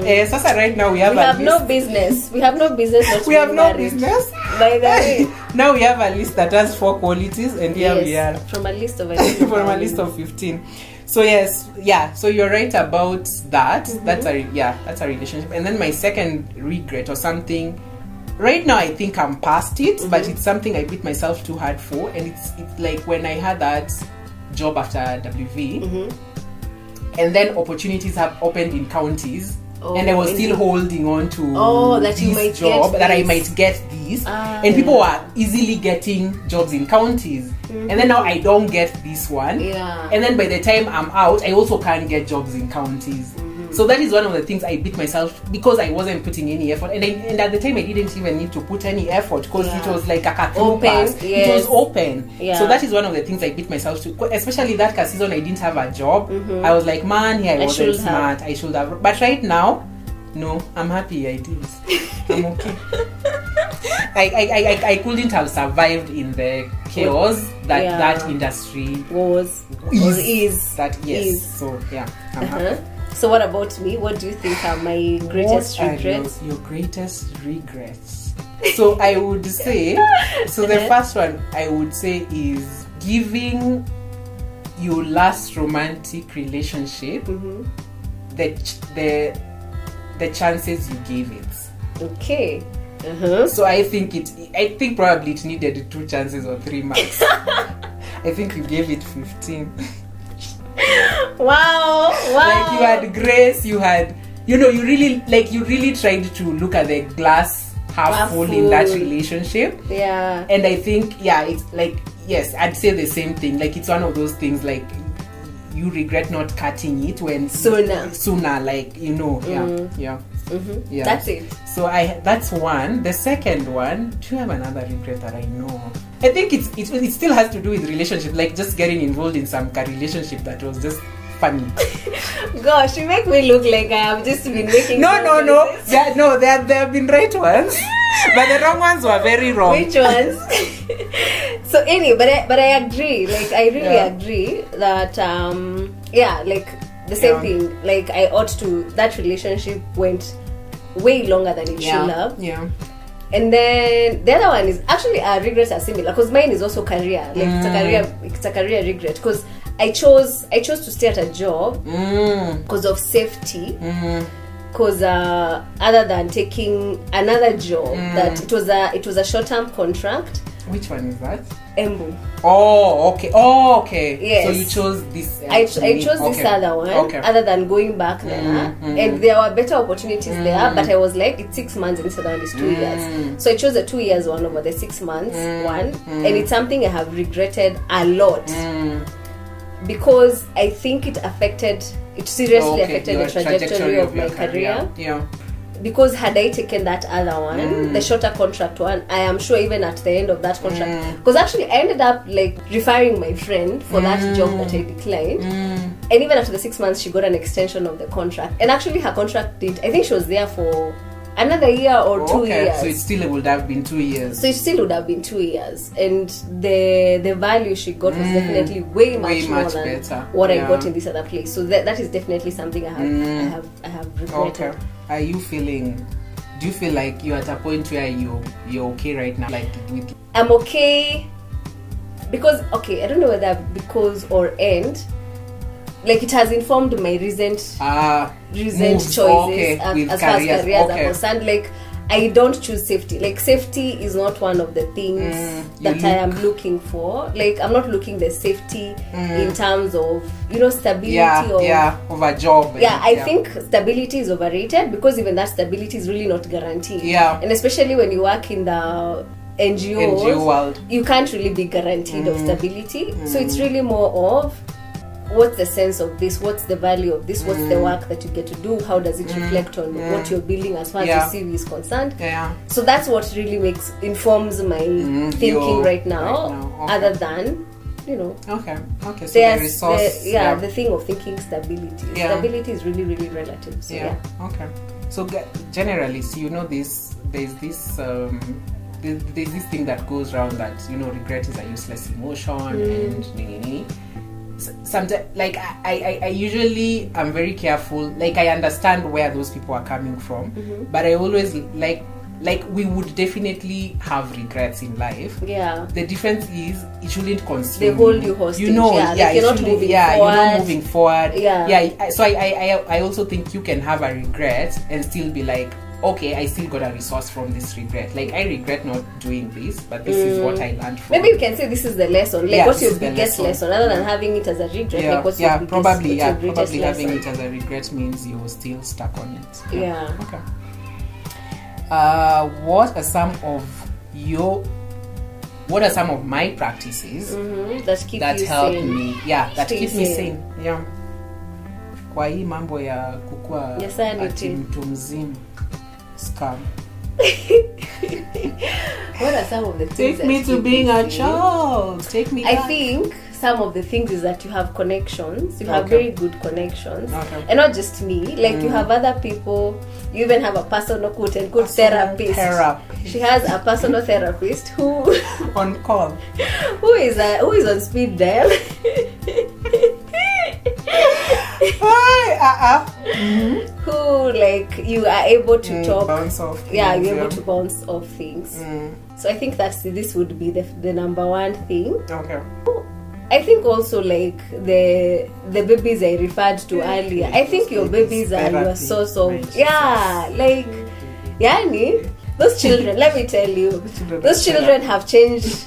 A: Eh, sasa right now we have
B: we
A: a
B: have
A: list.
B: no business we have no business not
A: we have
B: being
A: no
B: married.
A: business.
B: by the way
A: now we have a list that has four qualities, and here we are.
B: yes, from a list of
A: from a list of 15 so yes yeah so you're right about that
B: Mm-hmm.
A: that's a re- yeah that's a relationship and then my second regret or something right now i think i'm past it
B: Mm-hmm.
A: but it's something i beat myself too hard for and it's, it's like when i had that job after wv
B: Mm-hmm.
A: and then opportunities have opened in counties and I was
B: Oh,
A: still holding on to
B: Oh, that you
A: this
B: might get
A: job that I
B: this.
A: might get these,
B: Ah.
A: and people were easily getting jobs in counties, and then now I don't get this one,
B: Yeah.
A: and then by the time I'm out, I also can't get jobs in counties.
B: Mm-hmm.
A: So that is one of the things I beat myself because I wasn't putting any effort, and, I, and at the time I didn't even need to put any effort because it
B: Yeah.
A: was like a
B: Open,
A: open, pass. it
B: yes.
A: was open.
B: Yeah.
A: So that is one of the things I beat myself to, especially that season I didn't have a job. I was like, man, here I,
B: Mm-hmm. I
A: wasn't
B: should have.
A: smart. I should have. But right now, no, I'm happy. I did. I'm okay. I, I, I, I- I couldn't have survived in the chaos that
B: Yeah.
A: that industry
B: was or
A: Is.
B: is
A: that yes.
B: Is. Uh-huh.
A: So yeah, uh-huh. I'm happy.
B: Huh? So what about me? What do you think are my greatest
A: What are
B: regrets?
A: Your, your greatest regrets. So I would say, so the
B: Uh-huh.
A: first one I would say is giving your last romantic relationship
B: hmm
A: the ch- the the chances you gave it.
B: Okay. Uh-huh.
A: So I think it. I think probably it needed two chances or three marks. I think you gave it fifteen.
B: Wow! Wow!
A: Like you had grace. You had. You know. You really like. You really tried to look at the glass half,
B: Half
A: full in that
B: full.
A: relationship.
B: yeah.
A: And I think yeah. It's like yes. I'd say the same thing. Like it's one of those things like. You regret not cutting it when
B: Sooner.
A: sooner, like you know, yeah,
B: Mm.
A: yeah,
B: hmm
A: yeah.
B: That's it.
A: So I that's one. The second one, do you have another regret that I know? of? I think it's it, it still has to do with relationship, like just getting involved in some kind of relationship that was just funny.
B: Gosh, you make me look like I have just been making.
A: no, no,
B: bad
A: no.
B: choices.
A: There, no, there there have been right ones, but the wrong ones were very wrong.
B: Which ones? so any, but I, but I agree. Like I really
A: Yeah.
B: agree that um yeah, like the same
A: Yeah.
B: thing. Like I ought to. That relationship went way longer than it
A: yeah,
B: should have.
A: yeah,
B: And then the other one is actually our regrets are similar because mine is also career. Like it's a
A: Mm.
B: career, it's a career regret because I chose I chose to stay at a job
A: mm,
B: because of safety.
A: mm,
B: Because uh, other than taking another job,
A: Mm.
B: that it was a it was a short term contract.
A: Which one is that?
B: Embu.
A: Oh, okay. Oh, okay.
B: Yes.
A: So you chose this.
B: I,
A: uh,
B: I chose this
A: okay.
B: other one
A: Okay.
B: other than going back there
A: Mm, mm.
B: and there were better opportunities there
A: Mm.
B: but I was like it's six months and this other one is two
A: Mm.
B: years so I chose the two years one over the six months
A: Mm,
B: one
A: mm.
B: and it's something I have regretted a lot
A: Mm,
B: because I think it affected it
A: okay,
B: seriously affected
A: your
B: the trajectory, of, my
A: your
B: career.
A: Yeah.
B: because had I taken that other one
A: Mm.
B: the shorter contract one I am sure even at the end of that contract
A: Mm.
B: because actually I ended up like refiring my friend for that job that I declined
A: Mm.
B: and even after the six months she got an extension of the contract and actually her contract did i think she was there for another year or two
A: okay,
B: years
A: so it still would have been two years.
B: So it still would have been two years and the the value she got was
A: Mm.
B: definitely way much,
A: Way
B: more
A: much
B: than
A: better.
B: what i
A: Yeah.
B: got in this other place so that, that is definitely something i have
A: Mm.
B: i have i have regretted
A: Okay. Are you feeling? Do you feel like you're at a point where you you're okay right now? Like with
B: i'm okay because okay i don't know whether because or and like it has informed my recent
A: ah
B: recent
A: moves.
B: choices
A: Okay,
B: as,
A: with
B: as far as
A: careers.
B: careers are
A: okay.
B: concerned. Like I don't choose safety. Like safety is not one of the things
A: Mm, you
B: that I am looking for. Like I'm not looking the safety in terms of you know stability
A: Mm. yeah
B: or
A: yeah of a job and-
B: yeah i think stability is overrated because even that stability is really not guaranteed
A: Yeah.
B: and especially when you work in the NGOs,
A: NGO world. Mm.
B: you can't really be guaranteed of stability so it's really more of what's the sense of this what's the value of this what's
A: Mm.
B: the work that you get to do how does it reflect on what you're building as far
A: Yeah.
B: as your cv is concerned
A: yeah
B: so that's what really makes informs my thinking
A: Mm. your-
B: right now,
A: right now, okay.
B: other than you know
A: okay okay so
B: there's
A: the resource
B: the, yeah, the thing of thinking stability
A: Yeah.
B: stability is really really relative so yeah,
A: yeah. okay so g- generally so you know this there's this um there's, there's this thing that goes around that you know regret is a useless emotion and nini nini sometimes like I, I i usually am very careful like i understand where those people are coming from but i always like like we would definitely have regrets in life
B: yeah.
A: the difference is it shouldn't consume
B: They hold
A: you.
B: you hostage,
A: You know,
B: yeah,
A: yeah,
B: like
A: it
B: you're not
A: shouldn't-
B: moving
A: yeah, you're not
B: forward.
A: moving forward.
B: Yeah.
A: yeah. I- So I, I, I- I also think you can have a regret and still be like, okay, I still got a resource from this regret. Like I regret not doing this, but this is what I learned from.
B: Mm. Maybe you can say this is the lesson. Like,
A: Yeah,
B: what's
A: this
B: your
A: is the
B: biggest lesson.
A: lesson.
B: other than having it as a regret?
A: yeah,
B: like, what's
A: yeah,
B: your biggest,
A: probably,
B: what's
A: yeah,
B: your greatest
A: probably
B: lesson?
A: having it as a regret means you're still stuck on it.
B: Yeah.
A: Okay. Uh, what are some of your, what are some of my practices?
B: Mhm, that keep
A: that
B: you
A: help
B: sane.
A: me yeah that
B: Stay
A: keep me
B: sane.
A: sane yeah kwa hii mambo ya kukua
B: Ya sanity.
A: ati mtu mzima scam
B: What are some of the things?
A: take
B: that
A: me to
B: keep
A: being
B: you
A: a
B: sane?
A: child take me
B: I
A: back.
B: think some of the things is that you have connections. You have
A: Okay.
B: very good connections,
A: Okay. Mm.
B: and not just me. Like you have other people. You even have a personal quote and quote
A: Personal
B: therapist.
A: therapist.
B: She has a personal therapist who
A: on call
B: who is uh, who is on speed dial.
A: Hi, uh-uh.
B: who like you are able to
A: Mm,
B: talk.
A: bounce off
B: Yeah,
A: things,
B: you're able to bounce off things.
A: Mm,
B: So I think that's this would be the, the number one thing.
A: okay
B: I think also like the the babies I referred to earlier. I think your babies are your
A: Therapy.
B: source of
A: Right.
B: yeah, like yani those children. let me tell you,
A: children
B: those
A: are
B: children have changed.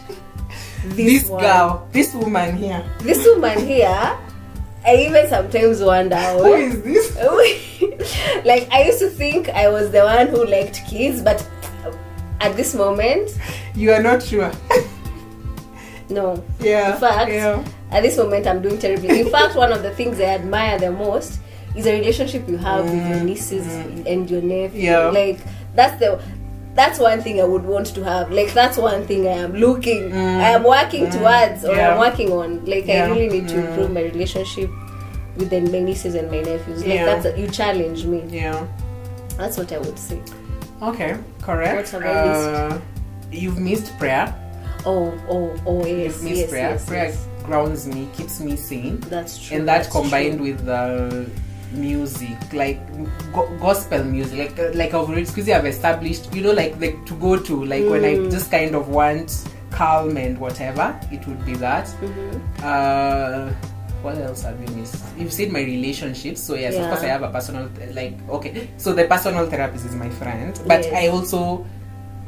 A: this
B: one.
A: girl this woman here
B: This woman here, I even sometimes wonder.
A: who is this
B: like I used to think I was the one who liked kids, but at this moment,
A: you are not sure
B: no.
A: yeah
B: In fact,
A: yeah
B: at this moment, I'm doing terribly. In fact, one of the things I admire the most is the relationship you have with your nieces and your
A: Mm-hmm.
B: nephew.
A: Yeah.
B: Like that's the that's one thing I would want to have. Like that's one thing I am looking, I am working towards, or
A: Mm. Yeah.
B: I'm working on. Like I
A: Yeah. Mm.
B: really need to improve my relationship with the, my nieces and my nephews. Like
A: Yeah.
B: that's a, you challenge me.
A: yeah
B: That's what I would say.
A: okay correct
B: What have I missed?
A: Uh, you've missed prayer
B: Oh, oh, oh, yes,
A: Give me
B: yes,
A: prayer.
B: yes,
A: prayer
B: yes.
A: grounds me, keeps me sane,
B: That's true.
A: and that
B: that's
A: combined
B: true.
A: with uh, music, like go- gospel music, like uh, like I've already because I've established, you know, like like to go to, like when I
B: Mm.
A: just kind of want calm and whatever, it would be that.
B: Mm-hmm.
A: Uh, what else have you missed? You've seen my relationships, so yes, of
B: Yeah.
A: course I have a personal like okay. So the personal therapist is my friend, but
B: Yes.
A: I also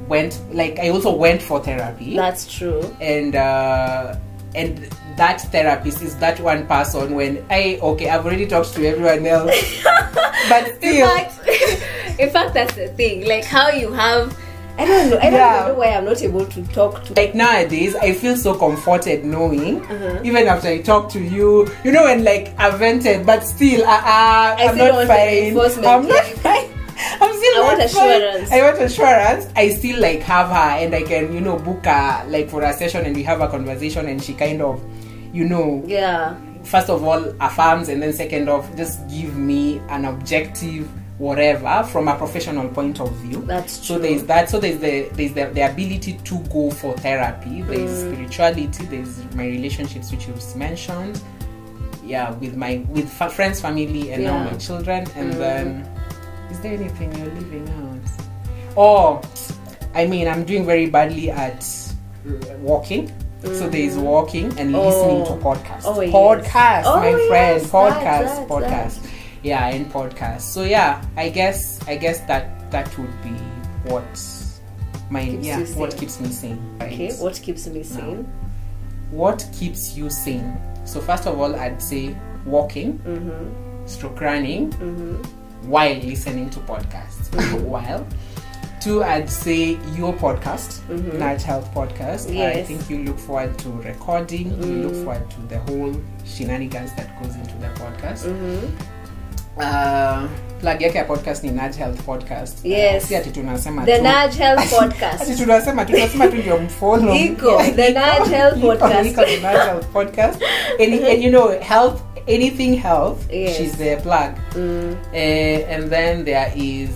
A: went like I also went for therapy
B: That's true.
A: and uh, and that therapist is that one person when I okay I've already talked to everyone else but
B: in
A: still
B: fact, in fact, that's the thing. Like how you have, I don't know. I don't
A: Yeah.
B: even know why I'm not able to talk to.
A: like nowadays I feel so comforted knowing
B: Uh-huh.
A: even after I talk to you you know when like I vented but still uh, uh, I'm
B: still
A: not
B: want the
A: fine
B: reinforcement,
A: I'm not
B: like-
A: fine I'm still
B: I want
A: not fine.
B: assurance.
A: I want assurance I still like have her and I can you know book her like for a session and we have a conversation and she kind of you know
B: Yeah,
A: first of all affirms and then second of just give me an objective whatever from a professional point of view
B: That's
A: so
B: true.
A: there's that so there's the there's the, the ability to go for therapy there's
B: Mm.
A: spirituality there's my relationships which you've mentioned yeah with my with fa- friends family and now
B: Yeah. Mm.
A: my children and then is there anything you're leaving out oh i mean i'm doing very badly at r- walking so there's walking and
B: Oh.
A: listening to podcasts
B: Oh, yes.
A: podcast
B: Oh,
A: my
B: yes,
A: friend
B: that,
A: podcast
B: that,
A: podcast yeah and podcast so yeah i guess i guess that that would be what my
B: Keeps
A: yeah
B: you sane.
A: what keeps me sane.
B: Okay,
A: Right.
B: what keeps me sane?
A: Ah, What keeps you sane? So first of all, I'd say walking,
B: Mm-hmm.
A: stroke running, while listening to podcasts.
B: Mm-hmm.
A: while two, I'd say your podcast, mm Health Podcast. I
B: Mm-hmm. Yes. Mm.
A: think you look forward to recording. You look forward to the whole shenanigans that goes into the podcast.
B: Mm-hmm.
A: Uh, plug yake ya podcast ni Nudge Health Podcast.
B: Yes.
A: Si ati tunasema
B: The
A: tu-
B: Nudge Health
A: Ati
B: Podcast.
A: tunasema tunasema tu ndio mfollow.
B: Iko, the Nudge Health
A: Iko,
B: Podcast.
A: iko the Nudge Health Podcast. And, and you know, health, anything health,
B: Yes. Mm.
A: she's the plug. Uh, and then there is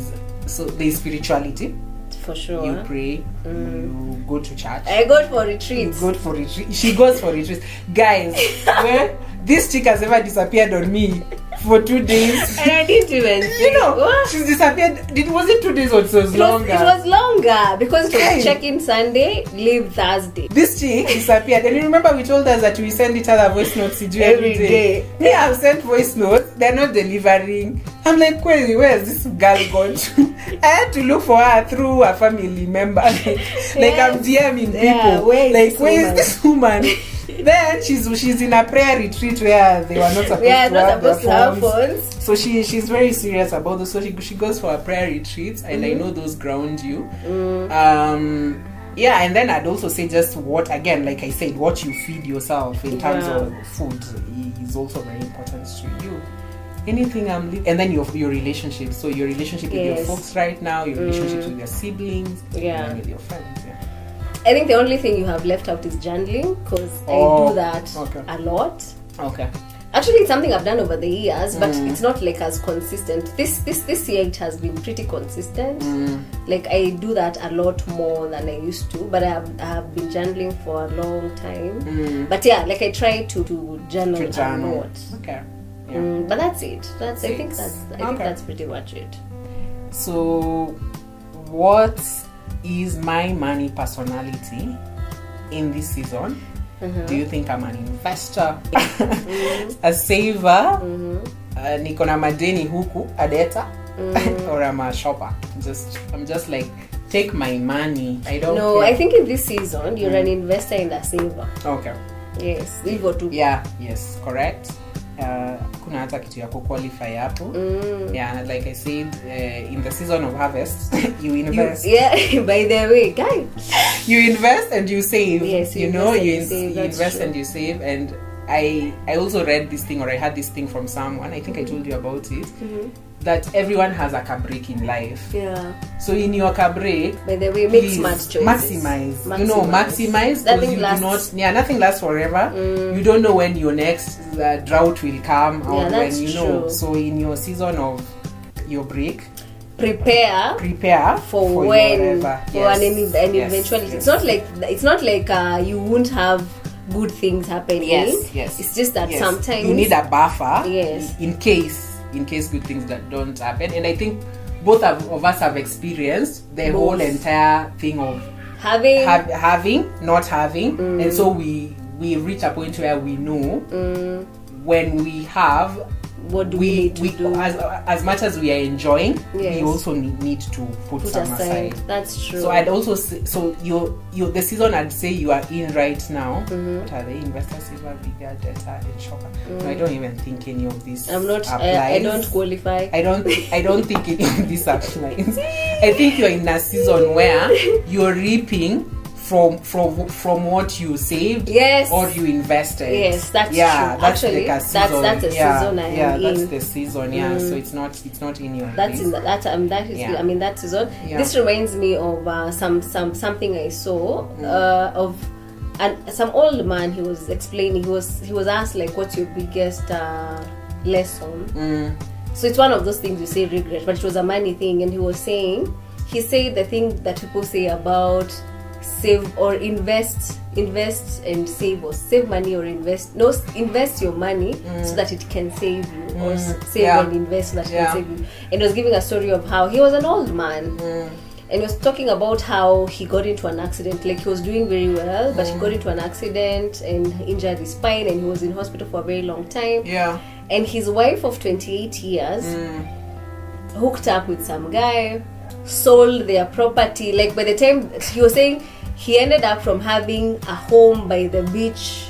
A: so there's spirituality.
B: for
A: You
B: sure. Mm.
A: pray, you go to church.
B: I go for
A: You
B: retreats.
A: go for retreat. She goes for retreats. Guys, where this chick has ever disappeared on me for two days.
B: And I didn't even
A: You
B: think,
A: know,
B: what?
A: she's disappeared. Did was it two days or so
B: It was,
A: longer?
B: it was longer because it
A: Guys.
B: was check in Sunday, leave Thursday.
A: this chick disappeared. And you remember we told us that we send each other voice notes each every day.
B: Every day.
A: Me, I've sent voice notes. They're not delivering. I'm like, where, where is this girl gone to? I had to look for her through her family member. like I'm DMing people.
B: Yeah, where is
A: like,
B: this
A: where is
B: woman?
A: this woman? then she's she's in a prayer retreat where they were not supposed
B: We are
A: to
B: not
A: have their
B: supposed to have
A: phones.
B: phones.
A: So she she's very serious about this. So she, she goes for a prayer retreats, and
B: Mm-hmm.
A: I know those ground you.
B: Mm.
A: Um, yeah, and then I'd also say just what again, like I said, what you feed yourself in terms
B: Yeah.
A: of food is also very important to you. Anything I'm li- and then your your relationship. So your relationship with your
B: Yes. Mm.
A: folks right now, your relationships with your siblings,
B: Yeah.
A: and with your friends. Yeah.
B: I think the only thing you have left out is journaling because I
A: Oh,
B: do that
A: okay.
B: a lot.
A: Okay.
B: Actually, it's something I've done over the years, but
A: Mm.
B: it's not like as consistent. This this this year it has been pretty consistent.
A: Mm.
B: Like I do that a lot more than I used to, but I have, I have been journaling for a long time. But yeah, like I try to, to journal
A: Mm. To
B: a
A: journal.
B: lot.
A: Okay. Yeah.
B: Mm, but that's it. That's I think
A: Six.
B: that's I
A: Okay.
B: think that's pretty much it.
A: So, what is my money personality in this season?
B: Mm-hmm.
A: Do you think I'm an investor, a saver?
B: Mm-hmm.
A: Uh, niko na madeni huku adeta
B: Mm-hmm.
A: or I'm a shopper? Just I'm just like take my money. I don't.
B: No,
A: care.
B: I think in this season you're
A: Mm.
B: an investor and a saver.
A: okay.
B: Yes, we'll go to
A: Yeah. Yes. Correct. Uh, kuna hata kitu ya kuqualify hapo
B: Mm.
A: yeah like i said uh, in the season of harvest you
B: You,
A: invest
B: yeah, by the way, guy.
A: you invest and you save.
B: Yes,
A: you,
B: you
A: know,
B: invest
A: you,
B: and you
A: ins-
B: save,
A: you
B: that's
A: invest
B: true.
A: and you save. And I, I also read this thing or I had this thing from someone. I think I told you about it.
B: Mm-hmm.
A: That everyone has a car break in life.
B: Yeah.
A: So in your car break,
B: By the way, make
A: please
B: smart choices.
A: Maximize. You know, maximize because
B: Nothing
A: you
B: lasts. Mm.
A: do not. Yeah, nothing lasts forever. You don't know when your next uh, drought will come or
B: Yeah,
A: when
B: that's
A: you know.
B: true.
A: So in your season of your break,
B: Prepare
A: prepare
B: for,
A: your
B: when
A: whatever.
B: for
A: Yes.
B: an, ev- an
A: Yes.
B: eventuality.
A: Yes.
B: It's not like it's not like uh, you won't have good things happening.
A: Yes, yes.
B: It's just that
A: Yes.
B: sometimes
A: you need a buffer
B: Yes.
A: in case in case good things that don't happen and i think both of, of us have experienced the
B: Both. Eh.
A: whole entire thing of
B: having
A: have, having not having
B: Mm.
A: and so we we reach a point where we know when we have
B: Mm. what do we,
A: we,
B: need to
A: we
B: do
A: as, as much as we are enjoying we
B: Yes.
A: also need, need to put,
B: put
A: some
B: aside. That's true.
A: so I'd also say, so you you the season I'd say you are in right now.
B: Mm-hmm.
A: What are the investor silver bigger data and shopper? No, I don't even think any of these.
B: Mm. I'm not. I, I
A: applies.
B: don't qualify.
A: I don't. I don't think any of these applies. I think you're in a season where you're reaping from from from what you saved
B: Yes.
A: or you invested.
B: Yes, that's
A: yeah.
B: true.
A: That's
B: Actually,
A: like a
B: that's-
A: season.
B: that's a
A: yeah,
B: season I
A: yeah,
B: am
A: that's
B: in. Mm.
A: the season. Yeah, so it's not it's not in your.
B: That's
A: list.
B: in the, that um, that is
A: Yeah.
B: I mean that season.
A: Yeah.
B: This reminds me of uh, some some something I saw
A: Mm.
B: uh, of and some old man. He was explaining. He was he was asked like, "What's your biggest uh, lesson?"
A: Mm,
B: So it's one of those things you say regret, but it was a money thing, and he was saying he said the thing that people say about save or invest, invest and save or save money or invest. No, s- invest your money so that it can save you, or s-
A: Mm.
B: save
A: yeah.
B: and invest so that it
A: Yeah.
B: can save you. And he was giving a story of how he was an old man.
A: Mm.
B: And he was talking about how he got into an accident. Like he was doing very well, but
A: Mm.
B: he got into an accident and injured his spine, and he was in hospital for a very long time
A: yeah. Mm.
B: and his wife of 28 years hooked up with some guy sold their property. Like by the time you were saying, he ended up from having a home by the beach,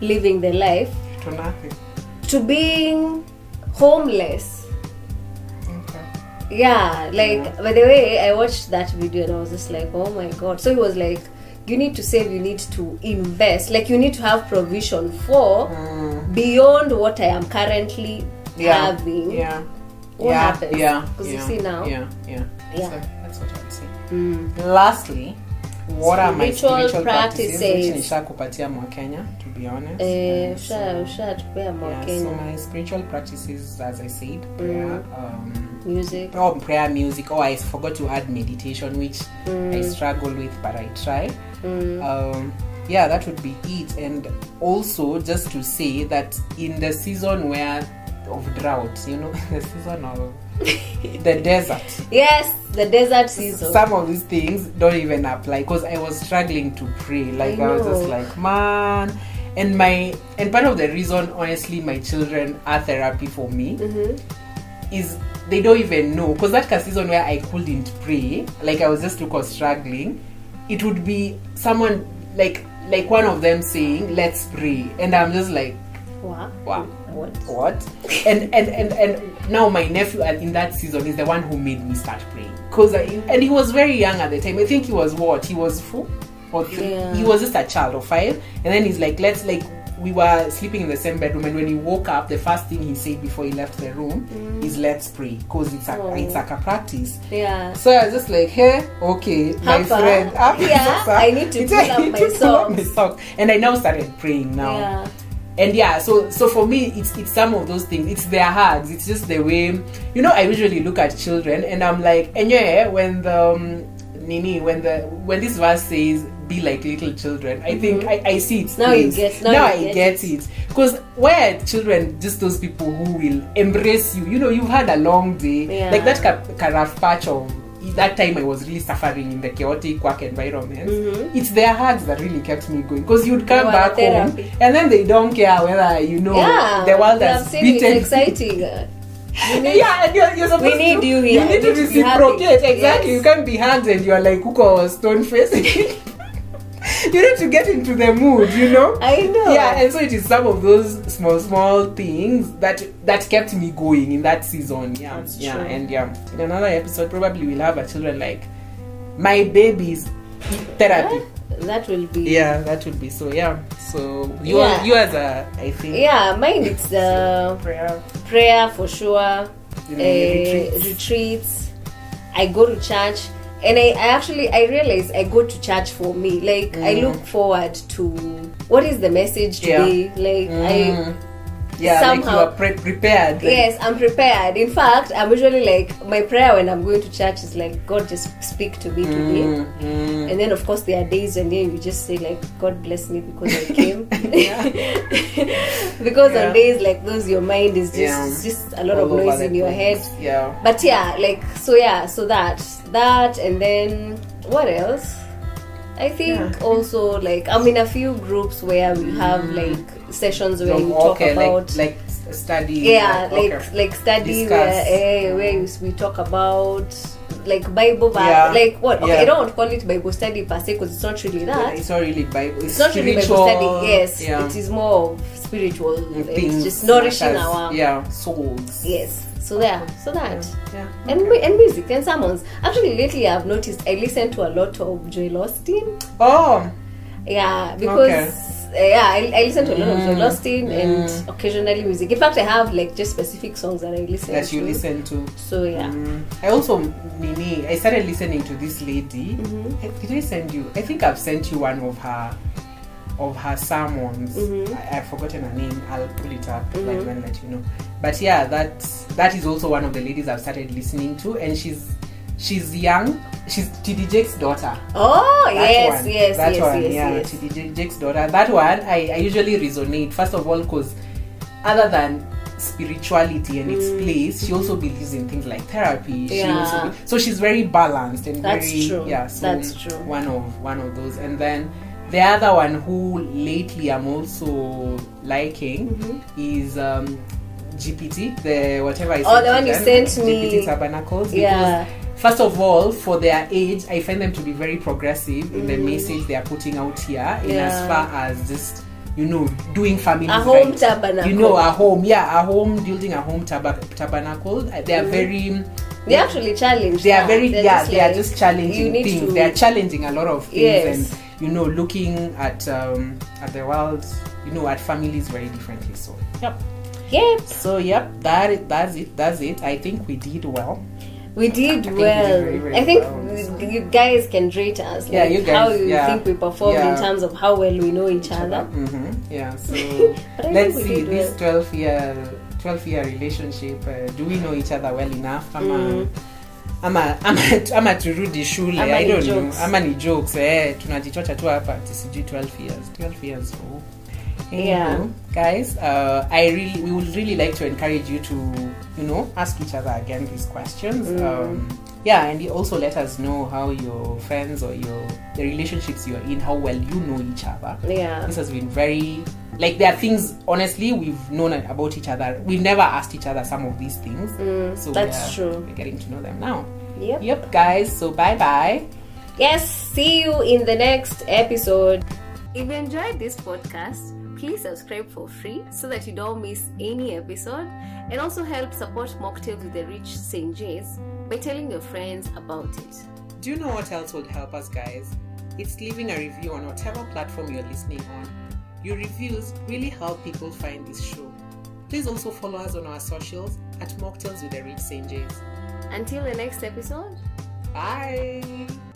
B: living the life,
A: to nothing.
B: to being homeless.
A: Okay.
B: Yeah, like by the way, I watched that video and I was just like, oh my god. So he was like, you need to save, you need to invest, like you need to have provision for
A: Mm.
B: beyond what I am currently
A: Yeah.
B: having.
A: Yeah.
B: What
A: yeah,
B: happens?
A: Yeah.
B: 'Cause you
A: yeah,
B: see now-
A: Yeah. Yeah.
B: Yeah.
A: So that's what I'm saying.
B: Mm.
A: Lastly, what are my
B: Spiritual
A: spiritual practices? Which
B: practices.
A: nishakupatia mwa Kenya, to be honest.
B: Eh,
A: And so-
B: usha- ushatupea more
A: yeah, so
B: Kenya Mm.
A: my spiritual practices, as I said, prayer, um,
B: music.
A: oh, prayer, music. Oh, I forgot to add meditation, which I struggle with, but I try. Um, yeah, that would be it. And also, just to say that in the season where of drought, you know, the season of the desert,
B: Yes, the desert season.
A: some of these things don't even apply because I was struggling to pray. Like
B: I
A: I, was just
B: know.
A: like, man. And my and part of the reason, honestly, my children are therapy for me
B: Mm-hmm.
A: is they don't even know because that season where I couldn't pray, like I was just look struggling, it would be someone like like one of them saying, "Let's pray," and I'm just like,
B: Wow.
A: Wow.
B: What?
A: what and and and and now my nephew at- in that season is the one who made me start praying because and he was very young at the time i think he was what he was four or three
B: Yeah.
A: he was just a child of five and then he's like let's like we were sleeping in the same bedroom and when he woke up the first thing he said before he left the room is let's pray because it's a
B: Mm. Oh.
A: it's like a practice
B: Yeah.
A: so I was just like, hey, okay, my
B: Hapa,
A: friend. hapa
B: yeah,
A: sasa,
B: I need to
A: it's
B: pull
A: like,
B: up
A: I need
B: my
A: to pull up my
B: socks.
A: socks. And I now started praying now
B: Yeah.
A: and yeah so so for me it's it's some of those things it's their hugs it's just the way you know i usually look at children and i'm like anyway when the um, nini when the when this verse says be like little children i think I, I see it
B: Mm-hmm. Now you
A: place.
B: get- now
A: now
B: you
A: i
B: get
A: get it because where children just those people who will embrace you you know you've had a long day
B: Yeah.
A: like that ca- carafe patch of that time I was really suffering in the chaotic work environment.
B: Mm-hmm.
A: It's their hugs that really kept me going because you'd come
B: Wow,
A: back
B: therapy.
A: home and then they don't care whether you know
B: yeah.
A: the world
B: we
A: has
B: have seen it.
A: beaten
B: It's exciting. You need-
A: yeah, and you're, you're supposed
B: need
A: to,
B: you here.
A: need
B: You
A: to
B: need to be happy.
A: reciprocate. Exactly.
B: Yes.
A: You can't be hugged and you're like uko stone faced. you need to get into the mood, you know?
B: I know.
A: Yeah, and so it is some of those small small things that that kept me going in that season. Yeah.
B: That's
A: yeah.
B: true.
A: And yeah. In another episode probably we'll have a children like my babies therapy.
B: That will be.
A: Yeah, that would be so yeah. So you
B: Yeah.
A: are you as a I think
B: Yeah, mine it's uh,
A: prayer.
B: prayer for sure.
A: You know,
B: eh,
A: retreats.
B: retreats. I go to church, and I, I actually I realize I go to church for me. Like I
A: Mm.
B: look forward to what is the message
A: Yeah.
B: today. Like I
A: Mm. yeah, like you
B: somehow-
A: are pre- prepared. like-
B: Yes, I'm prepared. In fact, I'm usually like my prayer when I'm going to church is like God just speak to me today.
A: Mm, mm.
B: And then of course there are days when you you just say like God bless me because I came. because
A: Yeah.
B: on days like those your mind is just
A: Yeah.
B: it's just a lot of
A: All over
B: noise
A: the
B: in your
A: place.
B: head.
A: Yeah.
B: But yeah, like so yeah, so that that and then what else? I think
A: Yeah.
B: also like I'm in a few groups where we have like sessions where you
A: Like,
B: talk
A: okay,
B: about
A: like like s- study.
B: yeah
A: like,
B: like
A: okay.
B: like study
A: Discuss. Mm.
B: where, eh, where you- we talk about like bible verse
A: Yeah.
B: like what okay
A: Yeah.
B: i don't call it bible study per se because it's not really that
A: it's not really Bible. It's,
B: it's not really bible
A: spiritual.
B: study yes
A: Yeah.
B: it is more of spiritual it's
A: Things
B: just nourishing
A: matters.
B: our
A: yeah souls.
B: yes so there so that
A: Yeah.
B: and mu- and music and sermons actually lately i've noticed i listen to a lot of joel austin
A: Oh.
B: yeah because
A: Okay.
B: eh, Yeah, I, I listen to a lot of Joel Austin
A: Mm.
B: and occasionally music. In fact, I have like just specific songs that I listen
A: That
B: to.
A: you listen to.
B: So yeah.
A: Mm. I also Nini. I started listening to this lady. I- Did I send you? I think I've sent you one of her of her sermons. I, I've forgotten her name. I'll pull it up like when let you know. But yeah, that that is also one of the ladies I've started listening to, and she's she's young. She's TD Jake's daughter.
B: Oh
A: That
B: yes,
A: one.
B: yes,
A: that
B: yes,
A: one,
B: yes,
A: yeah,
B: yes.
A: TD Jake- Jake's daughter. That one, I, I usually resonate. First of all, because other than spirituality and its place, she also believes in things like therapy. She
B: Mm. Yeah.
A: also, be- so she's very balanced and
B: That's
A: very
B: true.
A: yeah. So
B: That's true.
A: One of one of those, and then the other one who lately I'm also liking
B: Mm-hmm.
A: is. Um, GPT, the whatever I
B: Oh,
A: sent
B: the one you
A: them,
B: sent me.
A: GPT Tabernacles. because
B: Yeah.
A: First of all, for their age, I find them to be very progressive in the message they are putting out here, in as
B: Mm. Yeah.
A: far as just you know doing family
B: A home
A: right.
B: tabernacle.
A: You know, uh, a home, yeah, a home building a home tab- tabernacle. They are very
B: they actually challenge.
A: they are very yeah they are
B: Mm-hmm. like,
A: just challenging
B: you need
A: things
B: to-
A: they are challenging a lot of things
B: Yes.
A: and you know looking at um at the world you know at families very differently so yep
B: Yep,
A: so yep that is that's it that's it i think we did well
B: we did
A: I think we did
B: well.
A: very, very
B: I think
A: well on this
B: we- you guys can rate us. Like,
A: Yeah, you guys,
B: How you
A: yeah.
B: think we performed in
A: Yeah.
B: terms of how well we know each, other.
A: hmm yeah so
B: But I
A: let's
B: think we
A: see
B: did
A: this 12 year 12 year relationship uh, do we know each other well enough ama ama ama ama turudi shule
B: Mm. Ama
A: i
B: ni
A: don't
B: jokes.
A: know ama ni jokes eh tunajichocha tu hapa ati sijui 12 years 12 years oh.
B: Yeah.
A: Anywho, guys uh, i really we would really like to encourage you to you know ask each other again these questions
B: Mm.
A: um, yeah and you also let us know how your friends or your the relationships you're in how well you know each other
B: Yeah.
A: this has been very like there are things honestly we've known about each other we've never asked each other some of these things
B: Mm,
A: so
B: that's
A: we're,
B: true.
A: we're getting to know them now
B: Yep.
A: yep guys so bye bye
B: Yes, see you in the next episode. If you enjoyed this podcast, please subscribe for free so that you don't miss any episode and also help support Mocktails with the Rich St. James by telling your friends about it.
A: do you know what else would help us guys it's leaving a review on whatever platform you're listening on your reviews really help people find this show please also follow us on our socials at mocktails with the rich st james
B: Until the next episode,
A: bye